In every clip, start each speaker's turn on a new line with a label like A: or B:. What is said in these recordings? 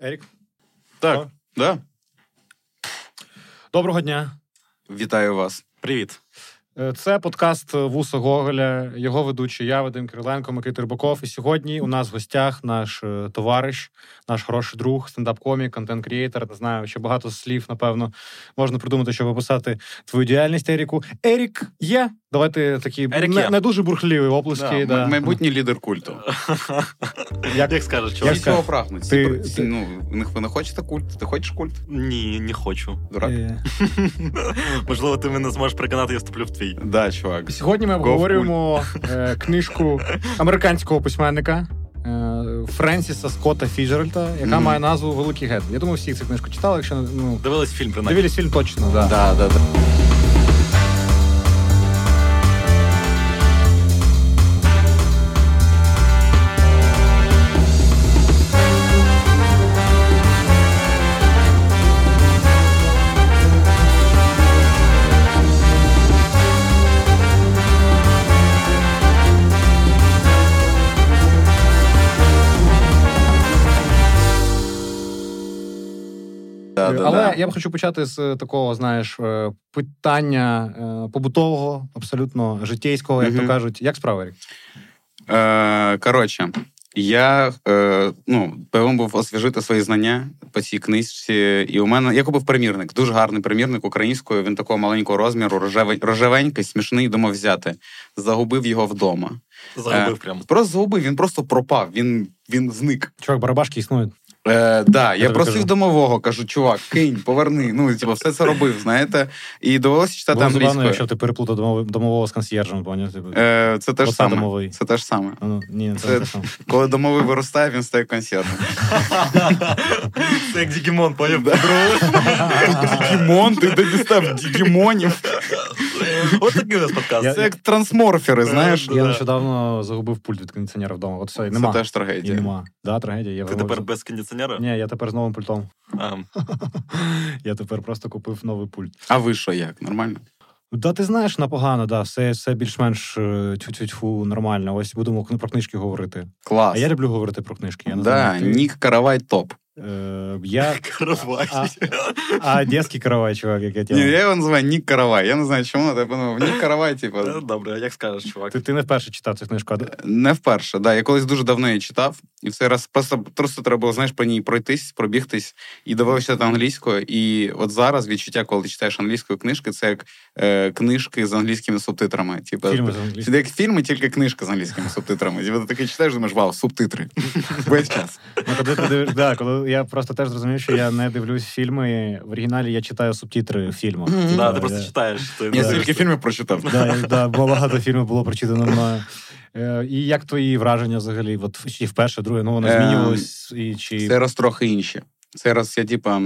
A: Ерік,
B: Так,
A: О.
B: да.
A: доброго дня.
B: Вітаю вас.
C: Привіт.
A: Е, Це подкаст Вуса Гоголя. Його ведучий я, Вадим Кириленко, Микита Рибаков. І сьогодні у нас в гостях наш е, товариш, наш хороший друг, стендап-комік, контент-крієйтор. Не знаю, ще багато слів, напевно, можна придумати, щоб описати твою діяльність, Еріку. Ерік є. Давайте такі
C: Ерік
A: не,
C: є.
A: не дуже бурхливі оплески.
B: М-
A: Да,
B: Майбутній лідер культу.
A: Як-
C: Як скажеш,
A: Як
C: чувак?
B: Всі цього
A: кажу,
B: прагнуть. Всі,
A: ти-
B: пр- всі,
A: ти-
B: ну, в них ви не хочете культ? Ти хочеш культ?
C: Ні, не хочу.
B: Дурак?
A: Е,
C: Можливо, ти мене зможеш переконати, я вступлю в твій.
B: Да, чувак.
A: Сьогодні ми
B: Гов
A: обговорюємо е, книжку американського письменника е, Френсіса Скотта Фіджеральда, яка
B: Мгм.
A: має назву Великий Гет. Я думаю, всі цю книжку читали. Якщо ну
C: Дивились фільм про
A: дивились фільм точно, да.
B: Да, да, да. Да, да,
A: Але
B: да.
A: я б хочу почати з е, такого, знаєш, е, питання е, побутового, абсолютно житейського, як
B: Мгм.
A: то кажуть. Як справи? Ерік?
B: Е, коротше, я е, ну, певен був освіжити свої знання по цій книжці. І у мене я купив примірник, дуже гарний примірник українською. Він такого маленького розміру, рожевий, рожевенький, смішний, думав взяти. Загубив його вдома.
C: Загубив прям.
B: Просто загубив, він просто пропав, він, він зник.
A: Чувак, барабашки існують.
B: Е, да, я
A: тобі
B: просив
A: кажу.
B: домового, кажу, чувак, кинь, поверни. Ну, типу, все це робив, знаєте. І довелося читати
A: Було забавно, якщо
B: англійською.
A: ти переплутав домов- домового з консьєржем, поняв? Типу,
B: Е, це те ж
A: Оце
B: саме.
A: домовий.
B: Це те ж саме.
A: а ну, ні, це,
B: це-
A: не те саме.
B: Коли домовий виростає, він стає консьєром.
C: Це як Дігімон, поняв?
B: Дігімон, ти де дістав дігімонів.
C: От такий у нас
A: Я-
C: подкаст.
B: Це як
A: Е,
B: трансморфери, знаєш.
A: Я
C: да.
A: нещодавно загубив пульт від кондиціонера вдома. От все, і
B: Це
A: нема.
B: теж
A: І
B: трагедія.
A: нема. Да, трагедія. Я
C: Ти
A: вимог-
C: тепер без кондиціонера?
A: Ні, я тепер з новим пультом.
C: А,
A: Я тепер просто купив новий пульт.
B: А ви що як? Нормально?
A: Да, ти знаєш, напогано, да, все, все більш-менш е, тю-тю-тю нормально. Ось будемо к- про книжки говорити. А
B: Клас.
A: я люблю говорити про книжки. Я не
B: Да,
A: знаю, ти-
B: Нік Каравай топ.
A: Е, я
C: Каравай.
A: А- а одеський каравай, чувак, як я
B: Ні,
A: тебе.
B: я його називаю Нік Каравай. Я не знаю, чому, але я подумав, Нік Каравай, типу,
C: Е, Добре, як скажеш, чувак.
A: Ти, ти не вперше читав цю книжку. а д-
B: Не вперше, да. Я колись дуже давно її читав, і в цей раз просто, просто треба було, знаєш, по ній пройтись, пробігтись, і довелося читати англійською. І от зараз відчуття, коли ти читаєш англійською книжки, це як е, книжки з англійськими субтитрами. Типу,
A: Фільми з
B: Це
A: англійської.
B: як фільми, тільки книжка з англійськими субтитрами. Типу, ти такий читаєш, думаєш, вау, субтитри. Весь час.
A: Ну, коли ти дивиш- да, коли я просто теж зрозумів, що я не дивлюсь фільми. В оригіналі я читаю субтитри фільму. Типу,
B: Мгм.
A: Типа,
C: Да, ти просто
A: я-
C: читаєш. ти
B: Я
C: не
B: стільки
C: дивишся.
B: фільмів прочитав.
A: Да, я- да, бо багато фільмів було прочитано мною. Е, І як твої враження взагалі? От чи вперше, друге, ну воно
B: Ем,
A: змінювалось і чи
B: Це раз трохи інші. Це раз я, типа,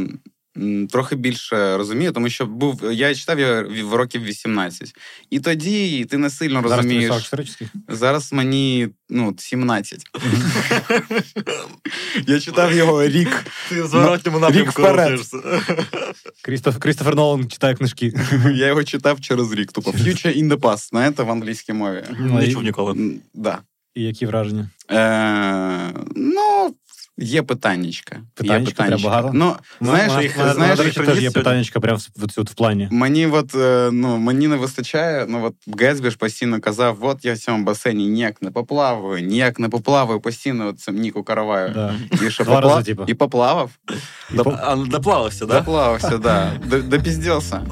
B: м, трохи більше розумію, тому що був. Я читав я в років 18. І тоді ти не сильно
A: зараз тобі
B: розумієш.
A: 44 чи скільки?
B: Зараз мені ну 17. Я читав його рік.
C: Ти в зворотньому
B: Рік
C: напрямку
B: вперед.
C: рухаєшся.
A: Крістоф Крістофер Нолан читає книжки.
B: Я його читав через рік. Тупо Future in the Past, знаєте, в англійській мові.
A: Ну,
C: Не
A: і-
C: чув ніколи.
B: М, Да.
A: І які враження?
B: Е, ну, є питаннячка. Є
A: Питаннячка,
B: питаннячка.
A: прям багато?
B: Ну, знаєш, їх, знаєш,
A: до
B: їх
A: речі, теж є
B: приніс сьогодні.
A: питаннячка прям в- от- от в плані.
B: Мені от, е, ну, мені не вистачає. Ну, от Гетсбі ж постійно казав: от я в цьому басейні ніяк не поплаваю, ніяк не поплаваю, постійно от цим Ніку Караваю.
A: Да.
B: І, що,
A: Два
B: попла-
A: рази, типу. типа.
B: і поплавав.
A: І
C: Доп-
A: по-
C: а, Доплавився, да?
B: Заплавався, да. Д- Допізділся.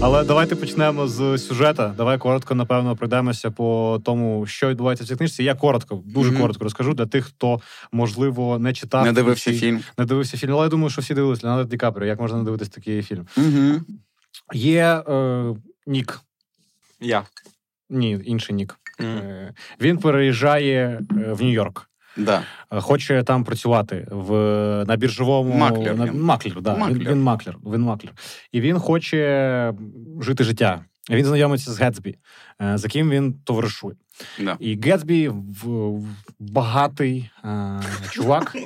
A: Але давайте почнемо з сюжета. Давай коротко, напевно, пройдемося по тому, що відбувається в цій книжці. Я коротко, дуже
B: Мгм.
A: коротко розкажу для тих, хто можливо не читав.
B: Не дивився
A: чи
B: фільм.
A: Не дивився фільм. Але я думаю, що всі дивилися Леонардо Ді Капріо. Як можна не дивитись такий фільм?
B: Угу.
A: Є е, нік.
C: Я.
A: Ні, інший нік.
C: М.
A: Е, він переїжджає е, в Нью-Йорк.
B: Да.
A: Е, Хоче там працювати в на біржовому
B: Маклер
A: на,
B: він.
A: маклер, да.
B: Маклер.
A: Він, він маклер. Він маклер. І він хоче жити життя. Він знайомиться з Гетсбі, е, з яким він товаришує.
B: Да.
A: І Гетсбі в, в- багатий е, чувак.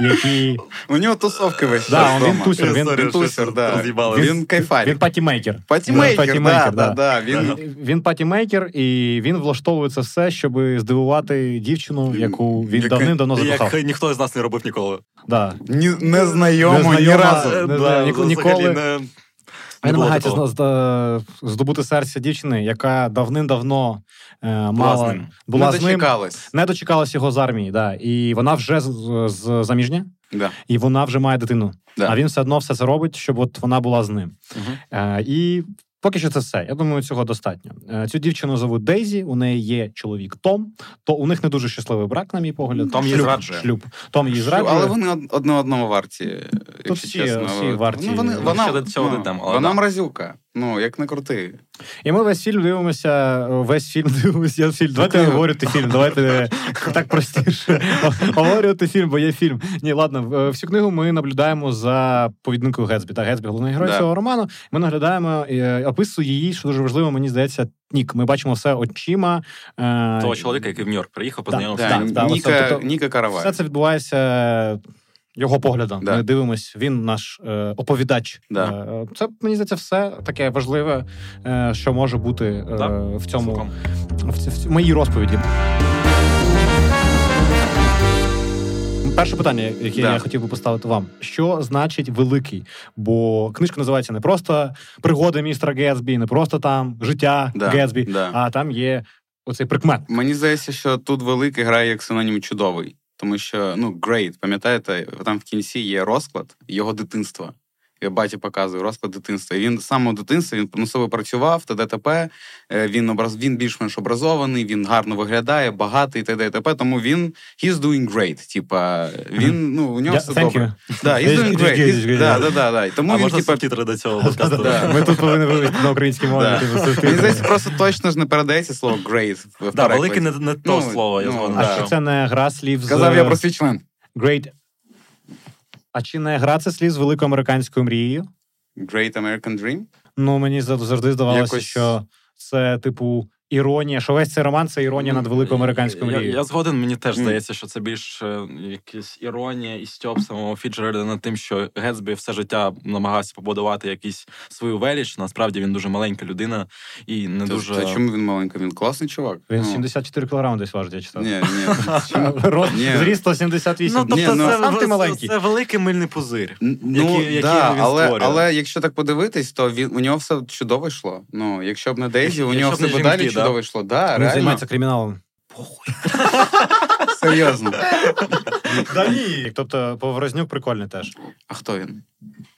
A: який
B: У нього тусовки весь
A: Да,
B: час
A: він
B: вдома.
A: тусер, він-
B: він тусер, да.
C: Роз'їбали.
B: Він
A: він
B: кайфарик.
A: патімейкер.
B: Патімейкер, да,
A: патімейкер,
B: да,
A: да.
B: да. Він
A: Він патімейкер, і він влаштовує це все, щоб здивувати дівчину, яку він
B: Яка-
A: давним-давно закохав.
C: Як ніхто з нас не робив ніколи.
A: Да.
B: ні, не знайомо ні
A: Незнайома.
B: разу.
A: Е,
C: Да,
A: да, ні-
C: взагалі
A: ніколи.
C: не- не
A: Він
C: було
A: намагається
C: такого.
A: зна- зда- здобути серце дівчини, яка давним-давно е,
C: Була з
A: мала
C: ним.
A: була
B: не
A: з ним,
B: дочекалась.
A: не дочекалась його з армії. Да. І вона вже з, з- заміжня,
B: Да.
A: і вона вже має дитину.
B: Да.
A: А він все одно все це робить, щоб от вона була з ним.
B: Мгм.
A: Е, і поки що це все. Я думаю, цього достатньо. Е, цю дівчину звуть Дейзі, у неї є чоловік Том. То у них не дуже щасливий брак, на мій погляд.
B: Том її
A: Шлюб-
B: зраджує.
A: Шлюб. Том її зраджує.
B: Але вони од- одне одному варті, якщо
A: всі-
B: чесно.
A: всі варті.
B: Ну, вони,
A: Ми
B: вона,
C: ще до цього
B: ну,
C: дійдемо, але
B: вона
C: да.
B: мразюка. Ну, як не крути.
A: І ми весь фільм дивимося, е, весь фільм дивимося. Я фільм. Давайте
B: Такий-
A: говорити фільм, давайте е, так простіше. Говорити фільм, бо є фільм. Ні, ладно, е, всю книгу ми наблюдаємо за поведінкою Гетсбі. Так, Гетсбі головний герой
B: Да.
A: цього роману. Ми наглядаємо, е, описує її, що дуже важливо, мені здається, Нік. Ми бачимо все очима. е,
C: Того чоловіка, який в Нью-Йорк приїхав, познайомився.
B: Да,
A: Ну, Так,
C: з ним.
A: да,
B: Ніка,
A: оце, тобто,
B: Ніка Каравай.
A: Все це відбувається е, його поглядом.
B: Да.
A: Ми дивимось, він наш е, оповідач.
B: Да.
A: Е, це мені здається, все таке важливе, е, що може бути е,
C: Да.
A: в цьому
C: Цілком.
A: в, ці- в, ці- в моїй розповіді. Перше питання, яке
B: Да.
A: я хотів би поставити вам: що значить великий? Бо книжка називається не просто пригоди містера Гетсбі, не просто там життя
B: Да,
A: Гетсбі,
B: да.
A: а там є оцей прикмет.
B: Мені здається, що тут великий грає як синонім чудовий, тому що ну great, пам'ятаєте, там в кінці є розклад його дитинства. Я баті показує розклад дитинства. І він з самого дитинства він на себе працював, т.д. т.п. Е, Він образ він більш-менш образований, він гарно виглядає, багатий, т.д. т.п. Тому він he's doing great. Типа він ну у нього
A: Я-
B: все
A: thank
B: добре.
A: you.
B: Да, he's doing great. He's- да, да, да, да. І
A: Ну,
B: Тому
C: А
B: він
C: можна
A: типу,
B: типа
C: субтитри до цього подкасту?
B: Да.
A: Ми тут повинні вивести на українській мові.
B: Да.
A: типу, субтитри.
B: мені здається, просто точно ж не передається слово great. в
C: Да,
B: перекладі.
C: велике не, Е. не то
B: Ну,
C: слово, я
B: ну,
C: згоден.
A: А
B: да.
A: чи це не гра слів з
B: Казав я про свій член.
A: Great... А чи не гра це слів з великою американською мрією?
B: Great American Dream.
A: Ну мені зав- завжди здавалося,
B: Якось-
A: що це типу іронія, що весь цей роман це іронія над великою американською
C: Я-
A: мрією.
C: Я згоден, мені теж
B: Мгм.
C: здається, що це більш е, якась іронія і стьоп самого Фіджеральда над тим, що Гетсбі все життя намагався побудувати якийсь свою веліч. Насправді він дуже маленька людина і не
B: Та-
C: дуже.
B: Та чому він маленький? Він класний чувак.
A: Він
B: Ну,
A: 74 кілограми десь важить, я читав.
B: Ні, ні. чому?
A: Рост-
B: Ні.
A: Зріст 178.
B: Ні, ну,
A: тобто сам ти маленький.
C: це великий мильний пузир.
B: Ну,
C: які
B: да,
C: він
B: але,
C: створює.
B: але якщо так подивитись, то він у нього все чудово йшло. Ну, якщо б не Дейзі, у
C: Якщо
B: нього
C: б не
B: все б далі
C: жінки, да.
B: чудово йшло. Да,
A: Він
B: реально,
A: займається криміналом.
B: серйозно.
A: Да ні. Тобто Поворознюк прикольний теж.
B: А хто він?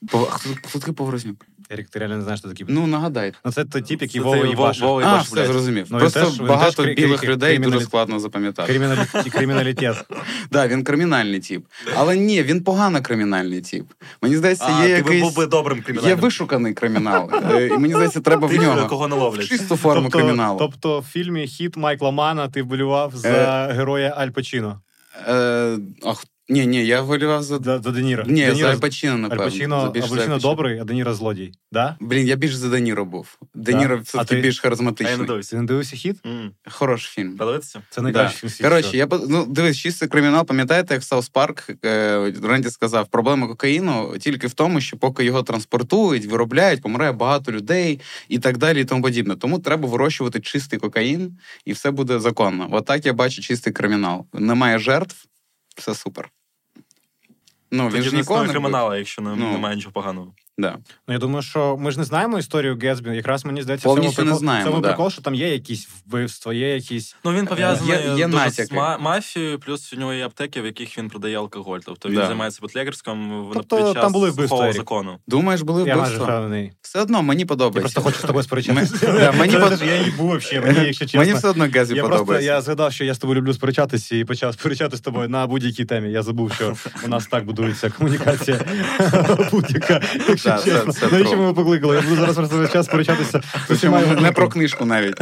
B: Пов- а Хто, хто такий Поворознюк?
A: Ерік, ти реально не знаєш, що такий.
B: Ну, нагадайте.
A: Ну це той тип, який
C: Це
A: Вова
C: той Вова-
A: Єбашев.
C: Вова
B: А,
C: Єбашев,
B: все
C: блядь.
B: зрозумів.
A: Ну, він
B: Просто
A: теж- він
B: багато
A: теж крі-
B: білих
A: крі-
B: людей дуже
A: криміналіст.
B: складно запам'ятати.
A: Криміналі- Криміналітет.
B: Да, він кримінальний тип. Але ні, він погано кримінальний тип. Мені здається,
C: А,
B: є
C: ти би був
B: якийсь.
C: би добрим
B: Є
C: кримінальним.
B: вишуканий кримінал. Е, І мені здається, треба в
C: Тих,
B: нього.
C: кого не
B: В
C: ловлять.
B: Чисту форму криміналу.
A: Тобто в фільмі Хіт Майкла Мана ти вболівав за героя Аль Пачіно,
B: Е, ах, ні, ні, я вилівав за.
A: за, за Де Ніро.
B: Ні,
A: Де Ніро-
B: за Альпачино,
A: Аль
B: напевно.
A: Пачіно,
B: За більш
A: Аль
B: за
A: Пачіно
B: Аль Пачино.
A: добрий, а Де Ніро злодій. Да?
B: Блін, я більше за Деніро був.
A: Да.
B: Деніро все-таки
A: А ти-
B: більш
C: А я не
B: харизматичний.
A: Ти
C: дивився.
A: не дивився хіт?
C: М,
B: Хороший фільм.
C: Подивитися?
A: Це
B: Да.
A: найкращий фільм світу.
B: Коротше, Ну, я по- ну дивись, чистий кримінал. Пам'ятаєте, як Саус Парк е, Ренді сказав, проблема кокаїну тільки в тому, що поки його транспортують, виробляють, помирає багато людей і так далі, і тому подібне. Тому треба вирощувати чистий кокаїн, і все буде законно. Отак я бачу чистий кримінал. Немає жертв, все супер. Ну, він
C: Тоді
B: ж
C: не
B: ніколи
C: існує
B: не буде.
C: кримінала, якщо не-
B: Ну.
C: немає нічого поганого.
B: Да.
A: Ну, я думаю, що ми ж не знаємо історію Гетсбі. Якраз мені здається, в
B: Повністю
A: цьому прикол,
B: не
A: в
B: знаємо,
A: цьому
B: да.
A: прикол, що там є якісь вбивства, є якісь.
C: Ну він пов'язаний
B: Е, Є- є
C: дуже з
B: натяки.
C: ма- мафією, плюс у нього є аптеки, в яких він продає алкоголь. Тобто він
B: Да.
C: займається бутлегерством в-
A: Тобто
C: під час
A: там були вбивства,
C: сухого
A: Ерік.
C: закону.
B: Думаєш, були
A: Я майже
B: Ну, вбивства?
A: впевнений.
B: Все одно мені
A: Я
B: подобається.
A: просто хочу з тобою
B: Ми- да,
A: сперечатися.
B: мені
A: Це
B: по-
A: теж Я їбу взагалі, мені, якщо чесно.
B: Мені все одно Гезі
A: Я просто
B: подобається.
A: я згадав, що я з тобою люблю сперечатися і почав сперечатися з тобою на будь-якій темі. Я забув, що у нас так будується комунікація будь-яка. Якщо
B: Да, це-
A: чесно,
B: це
A: навіщо
B: true.
A: ми сперечатися? Я буду зараз просто весь час сперечатися з усіма.
B: Причому
A: його
B: не
A: друзями.
B: про книжку навіть.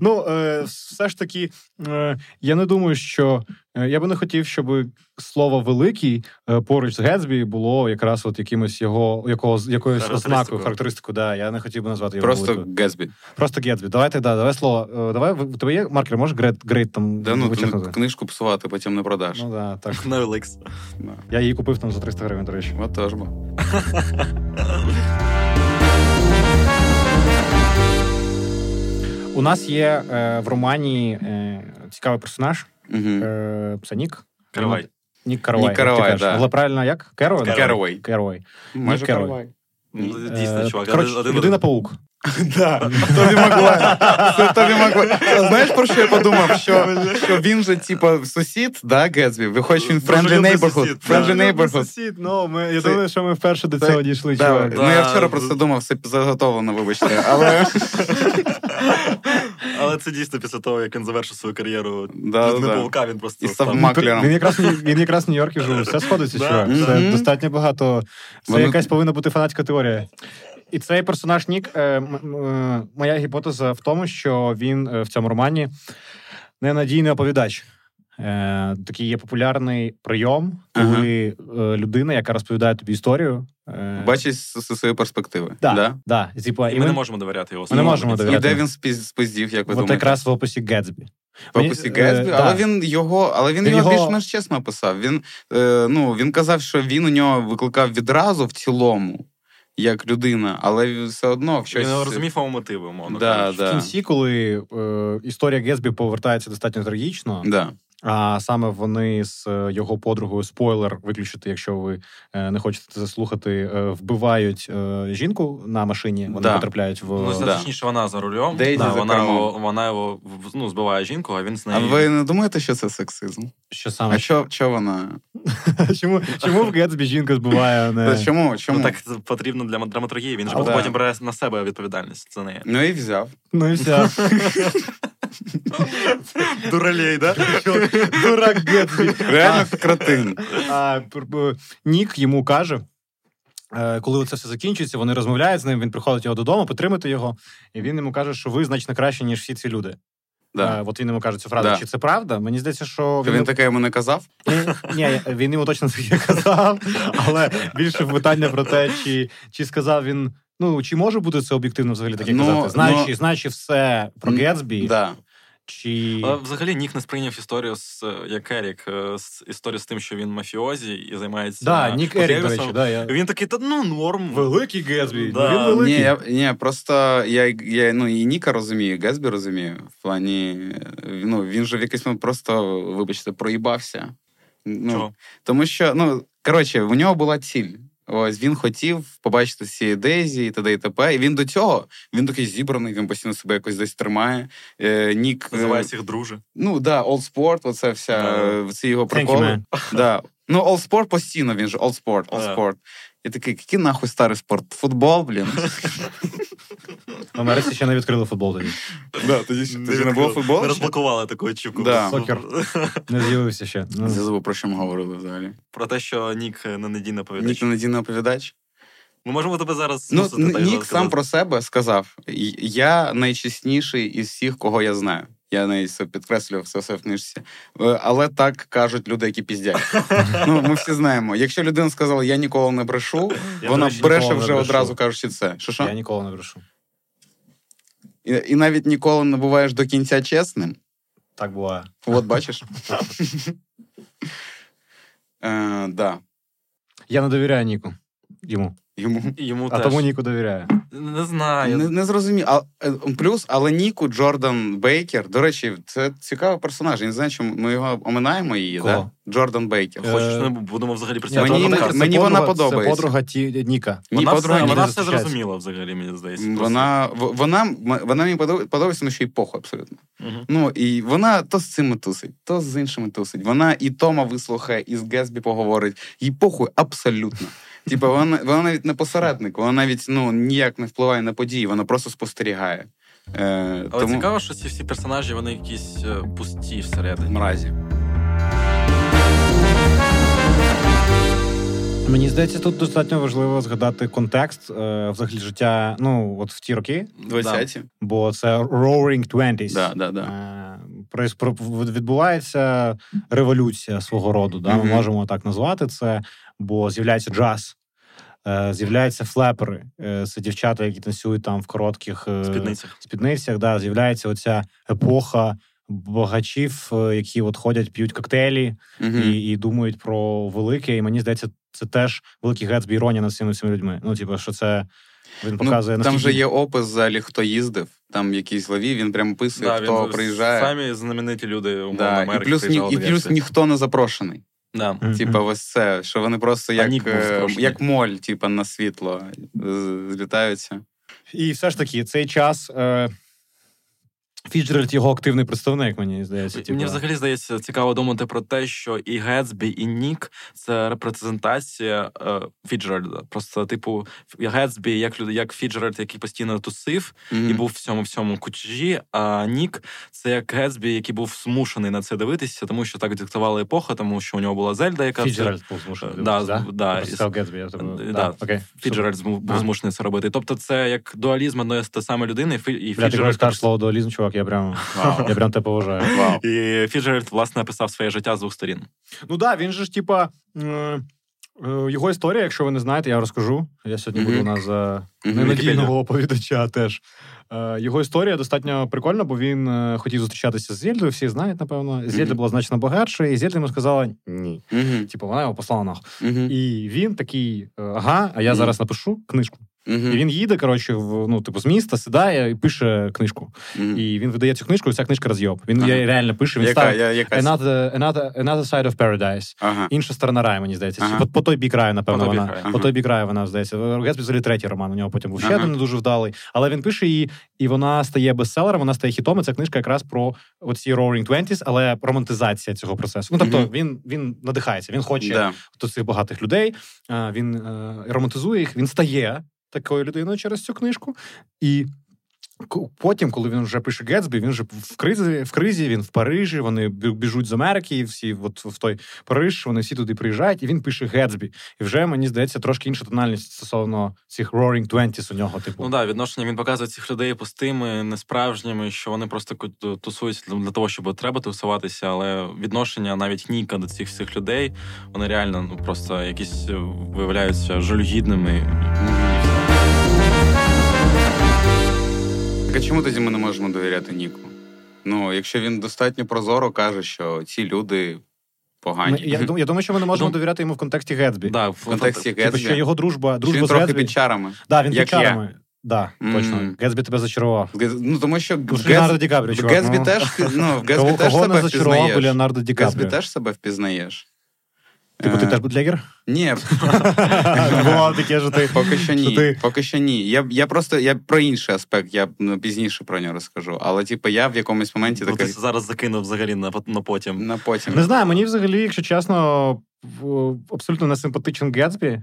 A: Ну е, все ж таки, е, я не думаю, що Е, Я би не хотів, щоб слово великий е, поруч з Гетсбі було якраз от якимось його якогось якоюсь
C: Характеристикою.
A: ознакою, характеристикою. Да, я не хотів би назвати його
B: Просто
A: великою.
B: Гетсбі.
A: Просто Гетсбі. Давайте, да, давай слово. Е, Давай в- у тебе є маркер, можеш грейд, грейд там
B: Да ну, ти
A: вичеркнути?
B: не- книжку псувати, потім не продаш.
A: Ну да, так.
C: На Еликс.
B: Да.
A: Я її купив там за 300 гривень, до речі.
B: От теж бо.
A: У нас є е, в романі е, цікавий персонаж.
B: Угу.
A: Е, це Нік.
C: Каравай.
A: Нік Каравай.
B: Нік Каравай,
A: як ти кажеш.
B: да.
A: Але правильно як? Керой? да?
B: Керуей.
A: Керой.
B: Майже
A: Керой.
B: Керуей.
C: Ну, Дійсно,
A: Е,
C: чувак.
A: Коротше,
C: Один-
A: людина паук.
B: Да, Тобі Магуайр. Це Тобі Магуайр. Знаєш, про що я подумав? Що, що він же, типа, сусід, да, Гетсбі? Виходить, він friendly
C: Дружелюбний
B: neighborhood.
C: сусід,
B: Friendly neighborhood.
A: Сусід, ну, ми, я
B: Це-
A: думаю, що ми вперше до
B: це-
A: цього дійшли.
B: Да,
A: чувак.
B: ну я вчора
C: Да.
B: просто думав, все заготовлено, вибачте. Але
C: Але це дійсно після того, як він завершив свою кар'єру.
B: Да,
C: людина
B: да.
C: паука, він просто
B: І став
C: там-
B: ма-
A: Він-
B: Маклером.
A: Він якраз він якраз в Нью-Йорку живе. Все сходиться,
C: Да,
A: чувак.
B: да.
A: Це
B: Мгм.
A: достатньо багато. Це
B: Вони-
A: якась повинна бути фанатська теорія. І цей персонаж Нік. е, м- м- е, моя гіпотеза в тому, що він е, в цьому романі ненадійний оповідач. Е, такий є популярний прийом, коли е, людина, яка розповідає тобі історію, е,
B: бачиш з з своєї перспективи.
A: да,
B: Да?
A: да, типа,
C: І ми не можемо довіряти його.
A: Ми не можемо
C: словам.
B: І
A: довіряти.
B: де він спіз- спиздів, як ви
A: От
B: думаєте?
A: якраз в описі Гетсбі.
B: В описі
A: Мені, е,
B: Гетсбі,
A: да.
B: але він його, але він,
A: Він його-
B: його більш-менш чесно описав. Він е, ну він казав, що він у нього викликав відразу в цілому, як людина, але все одно в щось
C: Він розумів його мотиви, умовно.
B: Да,
C: кажучи.
B: да.
A: В кінці, коли е, історія Гетсбі повертається достатньо трагічно,
B: Да.
A: а саме вони з е, його подругою спойлер виключити, якщо ви е, не хочете це слухати, е, вбивають е, жінку на машині. Вони
B: Да.
A: потрапляють в е,
C: Ну,
B: да.
C: точніше, вона за рулем.
B: Дейзі
C: да,
B: за
C: вона,
B: кермом.
C: його- вона його в- ну, збиває жінку, а він з
B: А
C: нею. ну,
B: ви не думаєте, що це сексизм?
A: що
B: А
A: саме
B: що, що вона?
A: чому, чому в Гетсбі жінка збиває
B: Та
A: не
B: Чому? Чому?
C: Ну,
B: Ну,
C: так це потрібно для драматургії. Він же
A: А,
C: потім
B: да.
C: потім бере на себе відповідальність за неї.
B: і взяв.
A: ну і все.
C: Дуралей, да?
A: Дурак Гетсбі.
B: Реально кретин.
A: А пр- пр- Нік йому каже. е, Коли це все закінчиться, вони розмовляють з ним. Він приходить його додому, підтримати його, і він йому каже, що ви значно краще, ніж всі ці люди.
B: Да.
A: Е, От він йому каже цю фразу.
B: Да.
A: Чи це правда? Мені здається, що
B: Він таке йому не казав?
A: Ну, Ні, він йому точно це казав, але більше питання про те, чи, чи сказав він. Ну чи може бути це об'єктивно взагалі таке
B: Ну,
A: казати? Знаючи,
B: ну-
A: знаючи все про
B: М,
A: Гетсбі,
B: Да.
A: чи
C: А Взагалі Нік не сприйняв історію з е, як Ерік, е, з історію з тим, що він мафіозі і займається.
A: да, Нік Ерік, до
C: потребісом.
A: речі, да, я...
C: Він такий, та ну норм.
A: великий Гетсбі.
C: Да.
A: Він
B: Ні,
A: великий.
B: я, ні, просто я, я ну, і Ніка розумію, і Гесбі розумію. В плані, е, ну, він же в якийсь момент просто, вибачте, проїбався. Ну,
C: Чого?
B: Тому що, ну, коротше, у нього була ціль. Ось він хотів побачити ці Дейзі і т.д. і т.п. І він до цього він такий зібраний, він постійно себе якось десь тримає. Е, Нік е,
C: Називає всіх друже.
B: Ну да, All Sport, оце вся
C: Да.
B: е, ці його
A: Thank you,
B: приколи.
A: man.
B: Да. Ну, All Sport постійно він же All Sport, All
C: Да.
B: Sport. Я такий, який нахуй старий спорт? Футбол, блін.
A: В Америці ще не відкрили футбол тоді.
B: Да, тоді
C: відкрили. Не розблокували такого чіпку.
B: Да.
A: Сокер. Не з'явився ще. Ну,
B: Забув, про що ми говорили взагалі.
C: Про те, що Нік е, ненадійно повідач.
B: Нік надійний оповідач.
C: Ми можемо тебе зараз
B: Ну,
C: змусити так
B: Нік
C: сказати.
B: сам про себе сказав: «І- Я найчесніший із всіх, кого я знаю. Я навіть це підкреслював все, все в книжці. Е, Але так кажуть люди, які піздять. ну, ми всі знаємо. Якщо людина сказала, я ніколи не брешу,
A: Я,
B: вона
A: до речі,
B: бреше
A: ніколи не
B: вже
A: брешу.
B: одразу кажучи це. Що що?
A: Я ніколи не брешу.
B: І, і навіть ніколи не буваєш до кінця чесним.
A: Так буває.
B: От бачиш. Е, Да.
A: Я не довіряю Ніку. Йому.
B: Йому
C: Йому
A: а
C: теж.
A: тому Ніку довіряю.
C: Не знаю.
B: не, не зрозумів. А е, плюс, але Ніку Джордан Бейкер. До речі, це цікавий персонаж. Я не знаю, чому ми його оминаємо її.
A: Кого?
B: Да? Джордан Бейкер.
A: Е,
C: Хочеш, не будемо взагалі про це.
B: Мені-
A: Це подруга- це
B: мені вона
A: подруга-
B: подобається.
A: Це подруга ті, Ніка.
B: Ні,
C: Вона,
B: подруга
C: все,
B: ні,
C: вона
A: не
C: все
A: зустрічається.
C: зрозуміла взагалі, мені здається.
B: Вона, в- вона, м- вона мені подоб- подобається, тому що їй похуй абсолютно.
C: Мгм.
B: Ну і вона то з цими тусить, то з іншими тусить. Вона і Тома вислухає, і з Гесбі поговорить. Їй похуй абсолютно. Типа, вона, вона навіть не посередник, вона навіть ну, ніяк не впливає на події, вона просто спостерігає. Е,
C: Але цікаво, що ці всі персонажі вони якісь е, пусті всередині.
B: Мразі.
A: Мені здається, тут достатньо важливо згадати контекст е, взагалі життя. Ну от в ті роки,
B: 20-ті.
A: бо це Roaring Twenties.
B: Да, да, да.
A: Е, проїс- про- відбувається революція свого роду. Да? Ми
B: Мгм.
A: можемо так назвати це, бо з'являється джаз. е, З'являються флепери, Е, це дівчата, які танцюють там в коротких е,
C: в спідницях.
A: спідницях. Да, з'являється оця епоха багачів, е, які от ходять, п'ють коктейлі,
B: Мгм.
A: і, і думають про велике. І мені здається, це теж великий Гетсбі іронія над всіми цими людьми. Ну, типу, що це він показує
B: ну, там
A: наскільки-
B: же є опис взагалі, хто їздив, там якийсь лаві, він прямо описує,
C: Да,
B: хто
C: він-
B: приїжджає.
C: Самі знамениті люди умовно
B: да. І
C: Америки.
B: плюс, ні,
C: приїжджали
B: і
C: до
B: плюс
C: Єрси.
B: ніхто не запрошений.
C: Да.
A: Мгм.
B: Типа, ось це, що вони просто
C: Панік
B: як,
C: був
B: е,
C: страшний.
B: як моль, типа, на світло з- злітаються.
A: І все ж таки, цей час. Е... Фіджеральд його активний представник, мені здається. Типу.
C: Мені взагалі здається цікаво думати про те, що і Гетсбі, і Нік це репрезентація е, Фіджеральда. Просто, типу, Гетсбі, як люди, як Фіджеральд, який постійно тусив і
B: Мгм.
C: був в цьому всьому кучі. А Нік це як Гетсбі, який був змушений на це дивитися, тому що так диктувала епоха, тому що у нього була Зельда, яка це-
A: Фіджеральд був змушений.
C: Да,
A: дивитися,
C: з-
A: да?
C: да,
A: Я просто
C: і-
A: сказав Гетсбі, я тебе...
C: да,
A: Окей.
C: Фіджеральд зму- був
A: А.
C: змушений це робити. Тобто, це як дуалізм одної з те саме людини, і Фі- і
A: Бля, ти коли
C: Фіджеральд
A: скажеш слово дуалізм, чувак, я прям,
B: Вау.
A: я прям тебе поважаю.
B: Вау.
C: і Фіджеральд, власне описав своє життя з двох сторін.
A: Ну да, він же ж, типа, е, е, його історія, якщо ви не знаєте, я розкажу. Я сьогодні
B: Мгм.
A: буду у нас е, за
B: Мгм.
A: ненадійного оповідача теж. Е, Його історія достатньо прикольна, бо він е, хотів зустрічатися з Зільдою, всі знають, напевно. Зільда
B: Мгм.
A: була значно багатша, і Зільда йому сказала ні.
B: Мгм.
A: Типу, вона його послала нахуй.
B: Мгм.
A: І він такий, е, ага, а я
B: Мгм.
A: зараз напишу книжку.
B: Мгм.
A: І він їде, коротше, в ну, типу, з міста, сідає і пише книжку.
B: Мгм.
A: І він видає цю книжку, і ця книжка роз'єб. Він
B: Ага.
A: я- реально пише, він
B: Яка,
A: ставить
B: я, якась...
A: another, another, another side of paradise.
B: Ага.
A: Інша сторона раю, мені здається.
B: Ага.
A: По, по той бік раю, напевно,
C: По той бік
A: вона.
C: раю.
A: По
B: Ага.
A: той бік раю вона здається. Гетсбі взагалі третій роман. У нього потім був ще
B: Ага.
A: один не дуже вдалий. Але він пише її, і вона стає бестселером, вона стає хітом. І ця книжка якраз про оці Roaring Twenties, але романтизація цього процесу. Ну тобто
B: Мгм.
A: він, він надихається, він хоче
B: Да.
A: до цих багатих людей. е, Він е, романтизує їх, він стає такою людиною через цю книжку. І к- потім, коли він вже пише Гетсбі, він вже в кризі, в кризі, він в Парижі, вони бі- біжуть з Америки, і всі от в той Париж, вони всі туди приїжджають, і він пише Гетсбі. І вже мені здається трошки інша тональність стосовно цих Roaring Twenties у нього. Типу,
C: Ну да, відношення він показує цих людей пустими, несправжніми, що вони просто ку- тусуються для- для того, щоб треба тусуватися, але відношення навіть Ніка до цих всіх людей, вони реально ну просто якісь е, виявляються жалюгідними.
B: Так а чому тоді ми не можемо довіряти Ніку? Ну, якщо він достатньо прозоро каже, що ці люди
A: ми-
B: погані.
A: Ну, я, дум- я думаю, що ми не можемо
C: Ну,
A: довіряти йому в контексті Гетсбі.
C: Да,
B: В контексті
A: Типу, що
B: Гетсбі.
A: його дружба,
B: Чи
A: дружба
B: він
A: з
B: трохи
A: Гетсбі.
B: під чарами.
A: Да, він під
B: як я.
A: чарами. Да, точно.
B: Мгм.
A: Гетсбі тебе зачарував.
B: Гет- Ну, тому що
A: Ну, що Леонардо
B: Гетс-
A: Ді Капріо,
B: в
A: чувак,
B: Гетсбі
A: ну.
B: теж ну, в Гетсбі
A: Кого,
B: теж
A: кого не
B: себе
A: зачарував би
B: впізнаєш.
A: Леонардо Ді
B: В Гетсбі
A: Капріо?
B: теж себе впізнаєш.
A: Типу, ти
B: Е,
A: теж бутлегер?
B: Ні,
A: Бувало таке, що ти.
B: Поки що ні.
A: Що ти-
B: Поки що ні. Я, я просто я про інший аспект, я ну, пізніше про нього розкажу. Але типу, я в якомусь моменті
C: Ну, ти
B: такий
C: зараз закинув взагалі на, пот- на потім.
B: на потім.
A: Не знаю, мені взагалі, якщо чесно, в- абсолютно не симпатичен Гетсбі.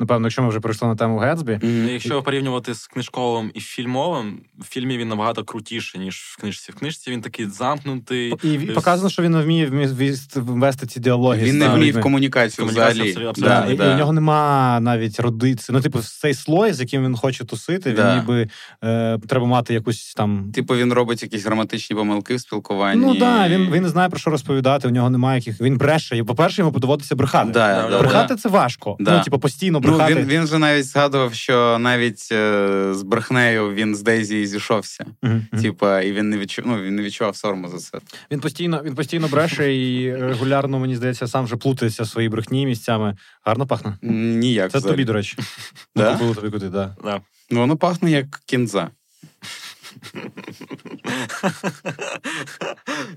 A: Напевно, якщо ми вже пройшли на тему Гетсбі.
B: Мгм.
C: Ну, Якщо порівнювати з книжковим і фільмовим, в фільмі він набагато крутіший, ніж в книжці. В книжці він такий замкнутий.
A: І в- показано, що він не вміє вмі- ввіст- ввести ці діалоги.
B: Він
A: з
B: не
A: людьми.
B: вмів комунікацію
C: Комунікація
B: взагалі.
C: абсолютно-
A: Да,
B: Да,
A: і, і у
B: да.
A: нього нема навіть родиці. Ну, типу, цей слой, з яким він хоче тусити, він
B: Да.
A: ніби е, треба мати якусь там.
B: Типу він робить якісь граматичні помилки в спілкуванні.
A: Ну да, він, він не знає про що розповідати. У нього немає яких. Він бреше. І, по-перше, йому доводиться брехати.
B: Да,
C: Да,
B: да,
A: брехати
B: да.
A: це важко.
B: Да.
A: Ну, типу, постійно
B: Ну,
A: брехати.
B: він, він же навіть згадував, що навіть е, з брехнею він з Дейзі і зійшовся.
A: Мгм, мгм.
B: Типа, і він не відчув, ну, він не відчував сорому за це.
A: Він постійно він постійно бреше і регулярно, мені здається, сам вже плутається в своїй брехні місцями. Гарно пахне.
B: Ніяк.
A: Це
B: взагалі.
A: тобі, до речі. Ну,
B: Да?
A: Купили тобі куди, да.
C: Да.
B: Ну, воно пахне як кінза.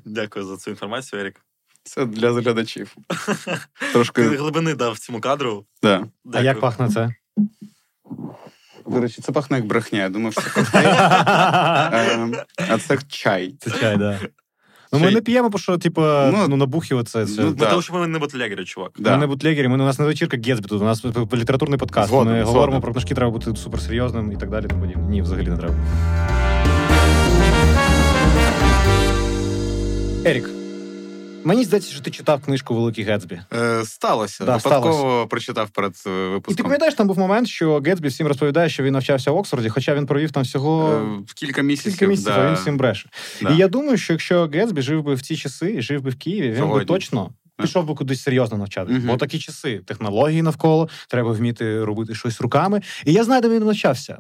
C: Дякую за цю інформацію, Ерік.
B: Це для глядачів.
C: Ти
B: Трошки.
C: глибини дав цьому кадру.
B: Да.
A: А
C: Дякую.
A: як пахне це?
B: До речі, це пахне як брехня. Я думав, що це коктейль. Ем, а це чай.
A: Це чай, да. Ну, ми
B: Чай.
A: не п'ємо, бо що, типу,
B: Ну,
A: ну, набухи це. це.
B: ну,
C: Бо
B: Да.
C: Тому що ми не бутлегери, чувак.
A: Ми не
B: Да.
A: бутлегери, ми у нас не вечірка Гетсбі тут, у нас п- п- літературний подкаст.
B: Згоден,
A: ми
B: згоден.
A: говоримо про книжки, треба бути суперсерйозним і так далі. і Тому подібне. Ні, взагалі не треба. Ерік, Мені здається, що ти читав книжку Великий Гетсбі.
B: Е, сталося.
A: Да,
B: Випадково прочитав перед е,
A: І ти
B: випуском.
A: пам'ятаєш, там був момент, що Гетсбі всім розповідає, що він навчався в Оксфорді, хоча він провів там всього
B: Е, Кілька місяців.
A: кілька місяців,
B: да.
A: а він всім бреше.
B: Да.
A: І я думаю, що якщо Гетсбі жив би в ці часи, і жив би в Києві, він би
B: Сьогодні.
A: точно.
B: Да.
A: Пішов би кудись серйозно навчатися.
B: Мгм.
A: Бо такі часи, технології навколо, треба вміти робити щось руками. І я знаю, де він навчався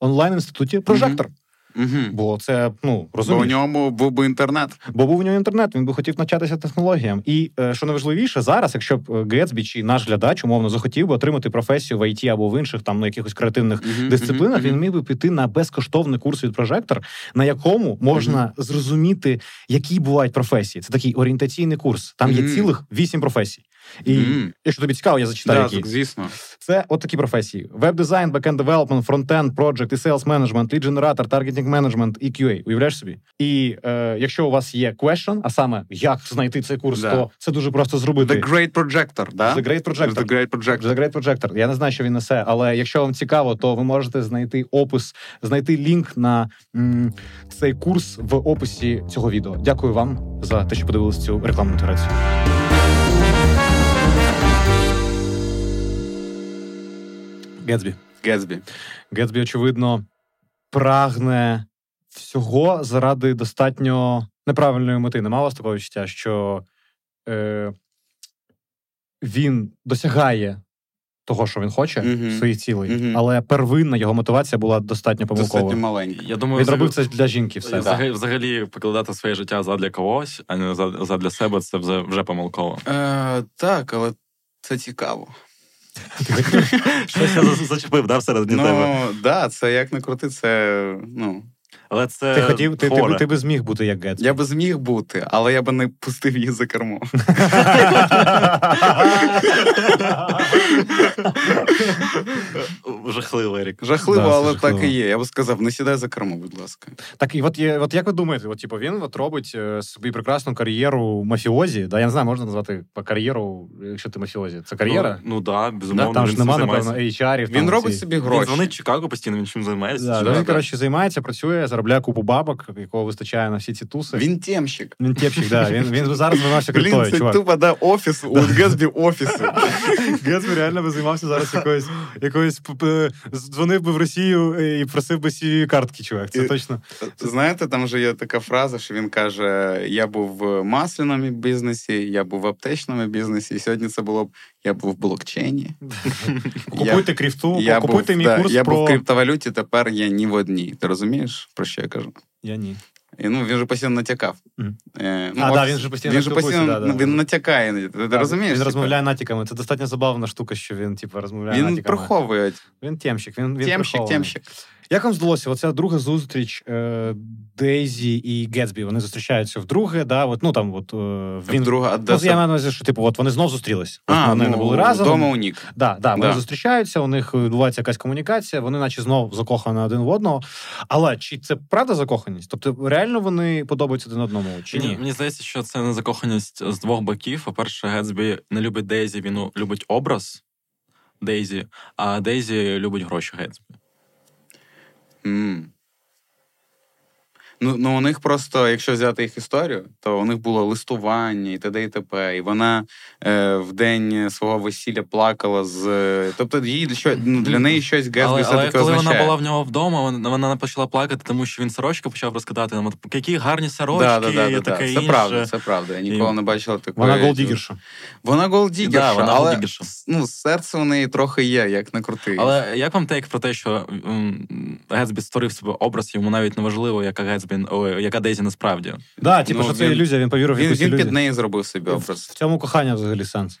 A: онлайн інституті прожектор.
B: Мгм.
A: Бо це ну
B: Бо у
A: розумієш.
B: ньому був би інтернет.
A: Бо був у нього інтернет, він би хотів навчатися технологіям. І е, що найважливіше, зараз, якщо б е, Гетсбі чи наш глядач умовно захотів би отримати професію в IT або в інших там на якихось креативних
B: Мгм,
A: дисциплінах,
B: мгм,
A: він
B: мгм.
A: міг би піти на безкоштовний курс від прожектор, на якому можна зрозуміти, які бувають професії. Це такий орієнтаційний курс. Там є
B: Мгм.
A: цілих вісім професій. І
B: Мгм.
A: якщо тобі цікаво, я зачитаю.
B: Да,
A: які.
B: так, звісно.
A: Це от такі професії: веб-дизайн, бекенд девелопмент, фронтенд, проджект і селс менеджмент, лід генератор, таргетинг менеджмент і QA. Уявляєш собі? І е, якщо у вас є question, а саме як знайти цей курс,
B: Да.
A: то це дуже просто зробити.
B: The Great Projector, да?
A: The Great Projector.
B: The Great Projector.
A: The Great Projector. Я не знаю, що він несе, але якщо вам цікаво, то ви можете знайти опис, знайти лінк на м, цей курс в описі цього відео. Дякую вам за те, що подивилися цю рекламну інтеграцію. Гетсбі.
B: Гетсбі.
A: Гетсбі, очевидно, прагне всього заради достатньо неправильної мети. Нема у вас такого відчуття, що е, він досягає того, що він хоче,
B: Мгм.
A: своїх цілей,
B: Мгм.
A: але первинна його мотивація була достатньо помилкова.
B: Достатньо маленький.
C: Я думаю,
A: Він робив
C: взагалі-
A: це для жінки все.
B: Да.
C: взагалі, взагалі покладати своє життя задля когось, а не за- задля себе, це вже, вже помилково.
B: Е, так, але це цікаво.
C: Щось я за- зачепив, да, всередині тебе.
B: Ну, да, це як не крути, це. Ну,
C: Але це
A: Ти хотів, ти, ти,
C: хворе.
A: ти, ти би зміг бути як Гетсбі.
B: я би зміг бути, але я би не пустив її за кермо.
C: Е, Жахливий рік.
B: Жахливо,
A: Да, це
B: але
A: жахливо.
B: так і є. Я би сказав, не сідай за кермо, будь ласка.
A: Так, і от є, от як ви думаєте, от типу він от робить е, собі прекрасну кар'єру мафіозі. Да, я не знаю, можна назвати по кар'єру, якщо ти мафіозі. Це кар'єра?
C: Ну, ну да, безумовно.
A: там
C: він
A: ж
C: цим
A: нема,
C: займається.
A: напевно, HR-ів.
B: Він
A: там
B: робить
A: ці-
B: собі
C: Він
B: гроші.
C: дзвонить в Чикаго, постійно він чим займається.
A: Да,
C: чи
A: він,
C: що?
A: коротше, займається, працює, заробляє купу бабок, якого вистачає на всі ці туси.
B: Він темщик.
A: Він тєпчик, да. Він, він зараз займався
B: Блін,
A: криптою,
B: це
A: чувак.
B: тупо, да, офіс, у Гетсбі офіси.
A: Гетсбі реально би займався зараз якоюсь, якоюсь п- п- дзвонив би в Росію е, і просив би cv картки, чувак. Це
B: І-
A: точно.
B: Знаєте, там же є така фраза, що він каже: я був в масляному бізнесі, я був в аптечному бізнесі, і сьогодні це було б я був в блокчейні.
A: Купуйте кріфту,
B: я
A: купуйте Ну,
B: був,
A: мій
B: да,
A: курс
B: я був
A: про.
B: в криптовалюті, тепер я ні в одній. Ти розумієш, про що я кажу?
A: Я ні.
B: І, ну, він же постійно натякав.
A: Мгм.
B: Е,
A: А, да,
B: офіс-
A: він же постійно
B: він же
A: спілкується,
B: постійно
A: да, да.
B: він натякає. Ти
A: Так,
B: розумієш?
A: Він
B: типу?
A: розмовляє натяками. Це достатньо забавна штука, що він, типу, розмовляє
B: Він
A: натяками.
B: приховує.
A: Він темщик, він, він
B: Темщик,
A: прихований.
B: темщик.
A: Як вам здалося, оця друга зустріч е, Дейзі і Гетсбі? Вони зустрічаються вдруге, да, от, ну там от е, він.
B: Друга, а,
A: Ну,
B: де
A: я
B: це-
A: маю на увазі, що типу, от вони знов зустрілись. От
B: а,
A: вони не
B: ну,
A: були разом.
B: Дома у Нік.
A: Да, да, вони
B: Да.
A: зустрічаються, у них відбувається якась комунікація, вони наче знов закохані один в одного. Але чи це правда закоханість? Тобто реально вони подобаються один одному, чи
C: Мені,
A: ні?
C: мені здається, що це не закоханість з двох боків. По-перше, Гетсбі не любить Дейзі, він ну, любить образ Дейзі, а Дейзі любить гроші Гетсбі.
B: М. Ну, ну, у них просто, якщо взяти їх історію, то у них було листування і т.д. і т.п. І вона е, в день свого весілля плакала з. е, Тобто їй що, ну, для неї щось Гетсбі
C: Але, але
B: все-таки
C: коли вона була
B: означає.
C: в нього вдома, вона, вона почала плакати, тому що він сорочки почав розкидати. Нам от, які гарні сорочки,
B: Да, да, да,
C: і
B: да,
C: таке
B: да. Це
C: інше.
B: правда, це правда. Я ніколи
C: І-
B: не бачила такої.
A: Вона голдігерша.
B: ну, Вона голдігерша,
C: Да, вона
B: але
C: голдігерша.
B: Ну, серце у неї трохи є, як не крути.
C: Але як вам тейк про те, що м, Гетсбі створив собі образ, йому навіть не важливо, яка Гетсбі, ой, яка Дейзі насправді.
A: Да, типу,
B: Ну,
A: що це
B: він-
A: ілюзія, він повірив в
B: Він,
A: якусь
B: він під
A: ілюзію.
B: неї зробив собі
A: В
B: образ.
A: цьому кохання взагалі сенс.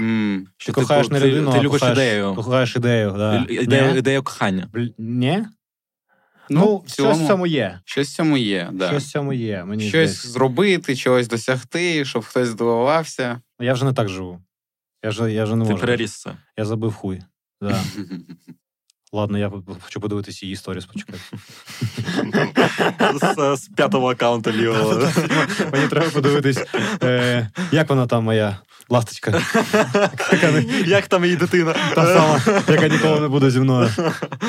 B: М.
A: Ти
C: Що
A: кохаєш
C: типу,
A: не
C: ти-
A: людину,
C: ти
A: а
C: любиш
A: кохаєш,
C: ідею.
A: Кохаєш ідею, да.
C: Ідею,
A: Ні?
C: ідею кохання.
A: Бл- Ні?
B: Ну,
A: Ну,
B: в
A: щось в
B: цілому,
A: цьому є.
B: щось в цьому є. Да.
A: Щось в цьому є. Мені
B: щось
A: здається.
B: зробити, чогось досягти, щоб хтось здивувався.
A: Ну, Я вже не так живу. Я вже, я вже не
C: Ти
A: можу.
C: переріс це.
A: Я забив хуй. Да. Ладно, я хочу подивитися її історію спочатку.
C: з, з п'ятого аккаунта лівого.
A: Мені треба подивитись, е, як вона там, моя ласточка, Яка не-
C: Як там її дитина?
A: та сама, яка ніколи не буде зі мною,